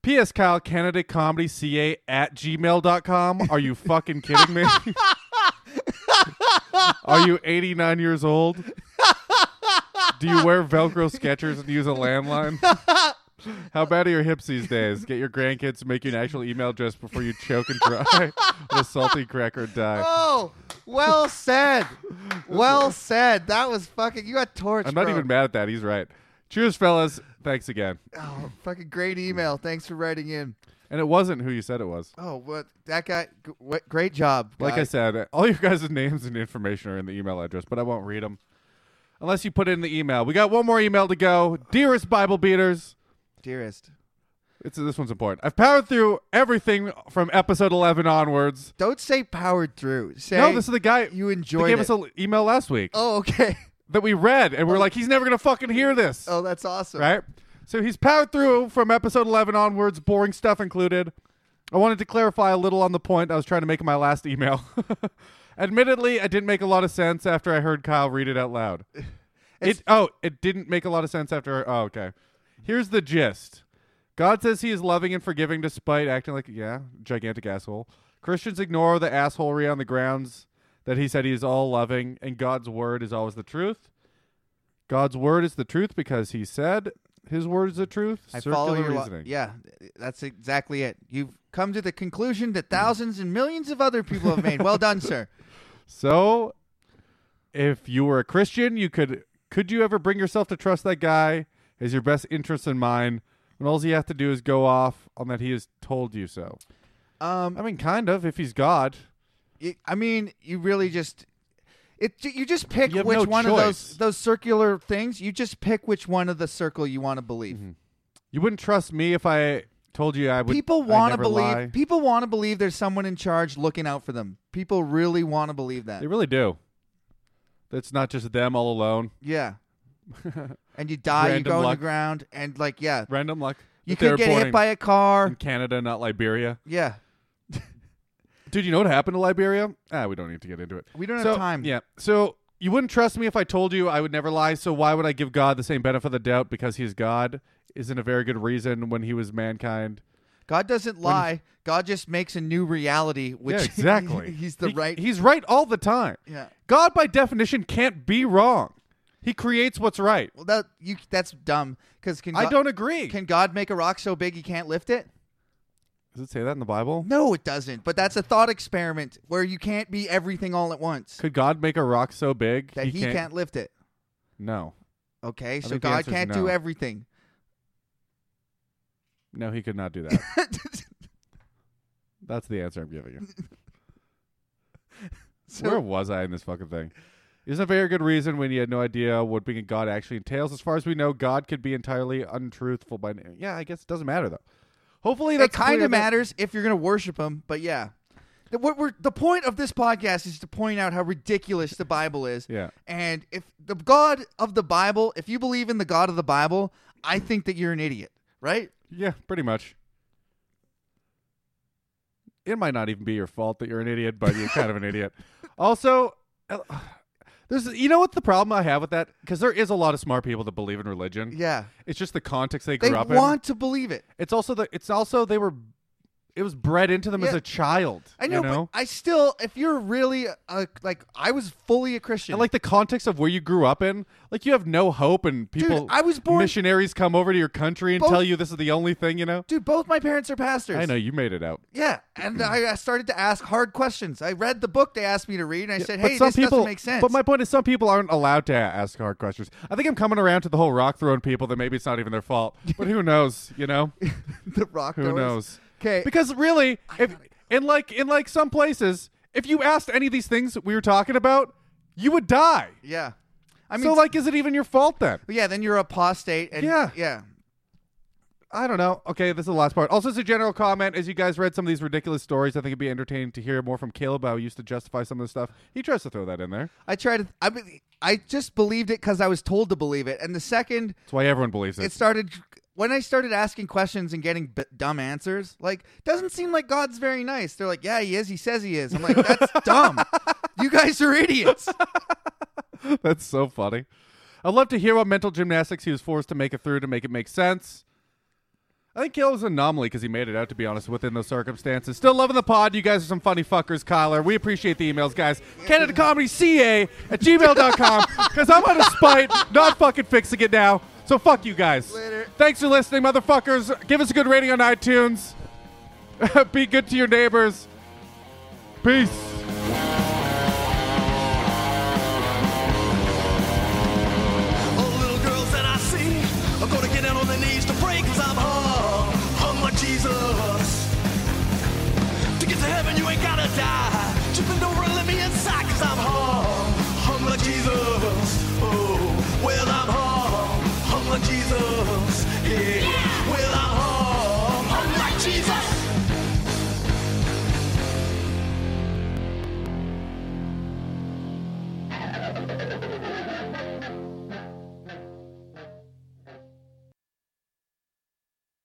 P.S. Kyle, Canada Comedy CA at gmail.com. Are you fucking kidding me? Are you 89 years old? Do you wear Velcro Skechers and use a landline? How bad are your hips these days? Get your grandkids to make you an actual email address before you choke and dry with salty cracker die.
Oh, well said. Well said. That was fucking. You got torch.
I'm not
bro.
even mad at that. He's right. Cheers, fellas. Thanks again.
Oh, fucking great email. Thanks for writing in.
And it wasn't who you said it was.
Oh, what that guy? g- What great job.
Like
guy.
I said, all your guys' names and information are in the email address, but I won't read them unless you put it in the email. We got one more email to go. Dearest Bible beaters,
dearest.
it's this one's important. I've powered through everything from episode 11 onwards.
Don't say powered through. Say
no, this is the guy
you
that
enjoyed
gave
it.
us an email last week
oh, okay.
that we read, and we're like, he's never gonna fucking hear this,
Oh, that's awesome.
right? So he's powered through from episode 11 onwards, boring stuff included. I wanted to clarify a little on the point I was trying to make in my last email. Admittedly, I didn't make a lot of sense after I heard Kyle read it out loud.
It's-
It oh, it didn't make a lot of sense after. Oh, okay. Here's the gist. God says he is loving and forgiving despite acting like yeah, gigantic asshole. Christians ignore the assholery on the grounds that he said he is all loving and God's word is always the truth. God's word is the truth because he said his word is the truth.
I
Circular
follow your lo-
reasoning.
yeah, that's exactly it. You've come to the conclusion that thousands and millions of other people have made. Well done, sir.
So, if you were a Christian, you could could you ever bring yourself to trust that guy as your best interests in mind when all you have to do is go off on that he has told you so?
Um,
I mean, kind of. If he's God,
y- I mean, you really just it. You just pick
You have
which
no
one of
choice.
those those circular things. You just pick which one of the circle you want to believe.
you wouldn't trust me if I told you I Mm-hmm. would.
People
I'd
want to
never
believe.
lie.
People want to believe there's someone in charge looking out for them. People really want to believe that.
They really do. That's not just them all alone.
yeah. and you die, you
Random
go on
luck.
the ground, and like yeah,
Random luck.
you
They
could
were
get
born
hit
in-
by a car.
in Canada, not Liberia.
Yeah,
Dude, you know what happened to Liberia? Ah, we don't need to get into it.
we don't
So-
have time.
Yeah. So you wouldn't trust me if I told you I would never lie. So why would I give God the same benefit of the doubt because he's God? Isn't a very good reason when he was mankind.
God doesn't lie. God just makes a new reality, which
yeah, exactly.
he's the
He-
right.
He's right all the time.
yeah.
God, by definition, can't be wrong. He creates what's right.
Well, that you that's dumb because can
I
God-
don't agree.
can God make a rock so big he can't lift it?
Does it say that in the Bible?
No, it doesn't. But that's a thought experiment where you can't be everything all at once
Could God make a rock so big
that he, can't, lift it.
No,
Okay, so
think the
God
answer is
can't
no.
do everything.
no, he could not do that. That's the answer I'm giving you.
So-
Where was I in this fucking thing? Isn't a very good reason when you had no idea what being a god actually entails. As far as we know, God could be entirely untruthful by name. Yeah, I guess it doesn't matter though. Hopefully,
it
that's
kind
clear
of
that-
matters if you're going to worship him, but yeah. The, what we're, the point of this podcast is to point out how ridiculous the Bible is.
Yeah.
And if the God of the Bible, if you believe in the God of the Bible, I think that you're an idiot, right?
Yeah, pretty much. It might not even be your fault that you're an idiot, but you're kind of an idiot. Also, uh, there's you know what the problem I have with that because there is a lot of smart people that believe in religion.
Yeah.
It's just the context they grew
They
up in.
want to believe it.
It's also the. It's also they were. It was bred into them as
Yeah.
a child.
I
You
know,
know?
but I still, if you're really a, like, I was fully a Christian.
and like the context of where you grew up in, like you have no hope, and people.
I was born-
Missionaries come over to your country and
Both-
tell you this is the only thing. You know.
dude, both my parents are pastors.
I know you made it out.
Yeah, and I I started to ask hard questions. I read the book they asked me to read, and I said,
but
"Hey,
some
this
people,
doesn't make sense."
But my point is, some people aren't allowed to ask hard questions. I think I'm coming around to the whole rock throwing people that maybe it's not even their fault. But who knows? You know,
the rock.
who knows?
Okay,
Because really, if in like in like some places, if you asked any of these things we were talking about, you would die.
yeah, I mean,
so like, is it even your fault then?
yeah, then you're apostate, and
Yeah.
yeah,
I don't know. Okay, this is the last part. Also, as a general comment, as you guys read some of these ridiculous stories, I think it'd be entertaining to hear more from Caleb how he used to justify some of this stuff. He tries to throw that in there.
I tried to. I mean, I just believed it because I was told to believe it, and the second
That's why everyone believes it.
it started when I started asking questions and getting b- dumb answers, like doesn't seem like God's very nice. They're like, yeah, he is. He says he is. I'm like, that's dumb. You guys are idiots.
That's so funny. I'd love to hear what mental gymnastics he was forced to make it through to make it make sense. I think Kale was an anomaly because he made it out, to be honest, within those circumstances. Still loving the pod. You guys are some funny fuckers, Kyler. We appreciate the emails, guys. CanadaComedyCA at gmail.com because I'm out of spite, not fucking fixing it now. So fuck you guys.
Later.
Thanks for listening, motherfuckers. Give us a good rating on iTunes. Be good to your neighbors. Peace.
Oh, little girls that I see are gonna get down on their knees to pray i I'm hung, hung like Jesus. To get to heaven, you ain't gotta die. Just bend over and let me inside i I'm hung, hung like Jesus. Oh, well, I'm hung, hung like Jesus.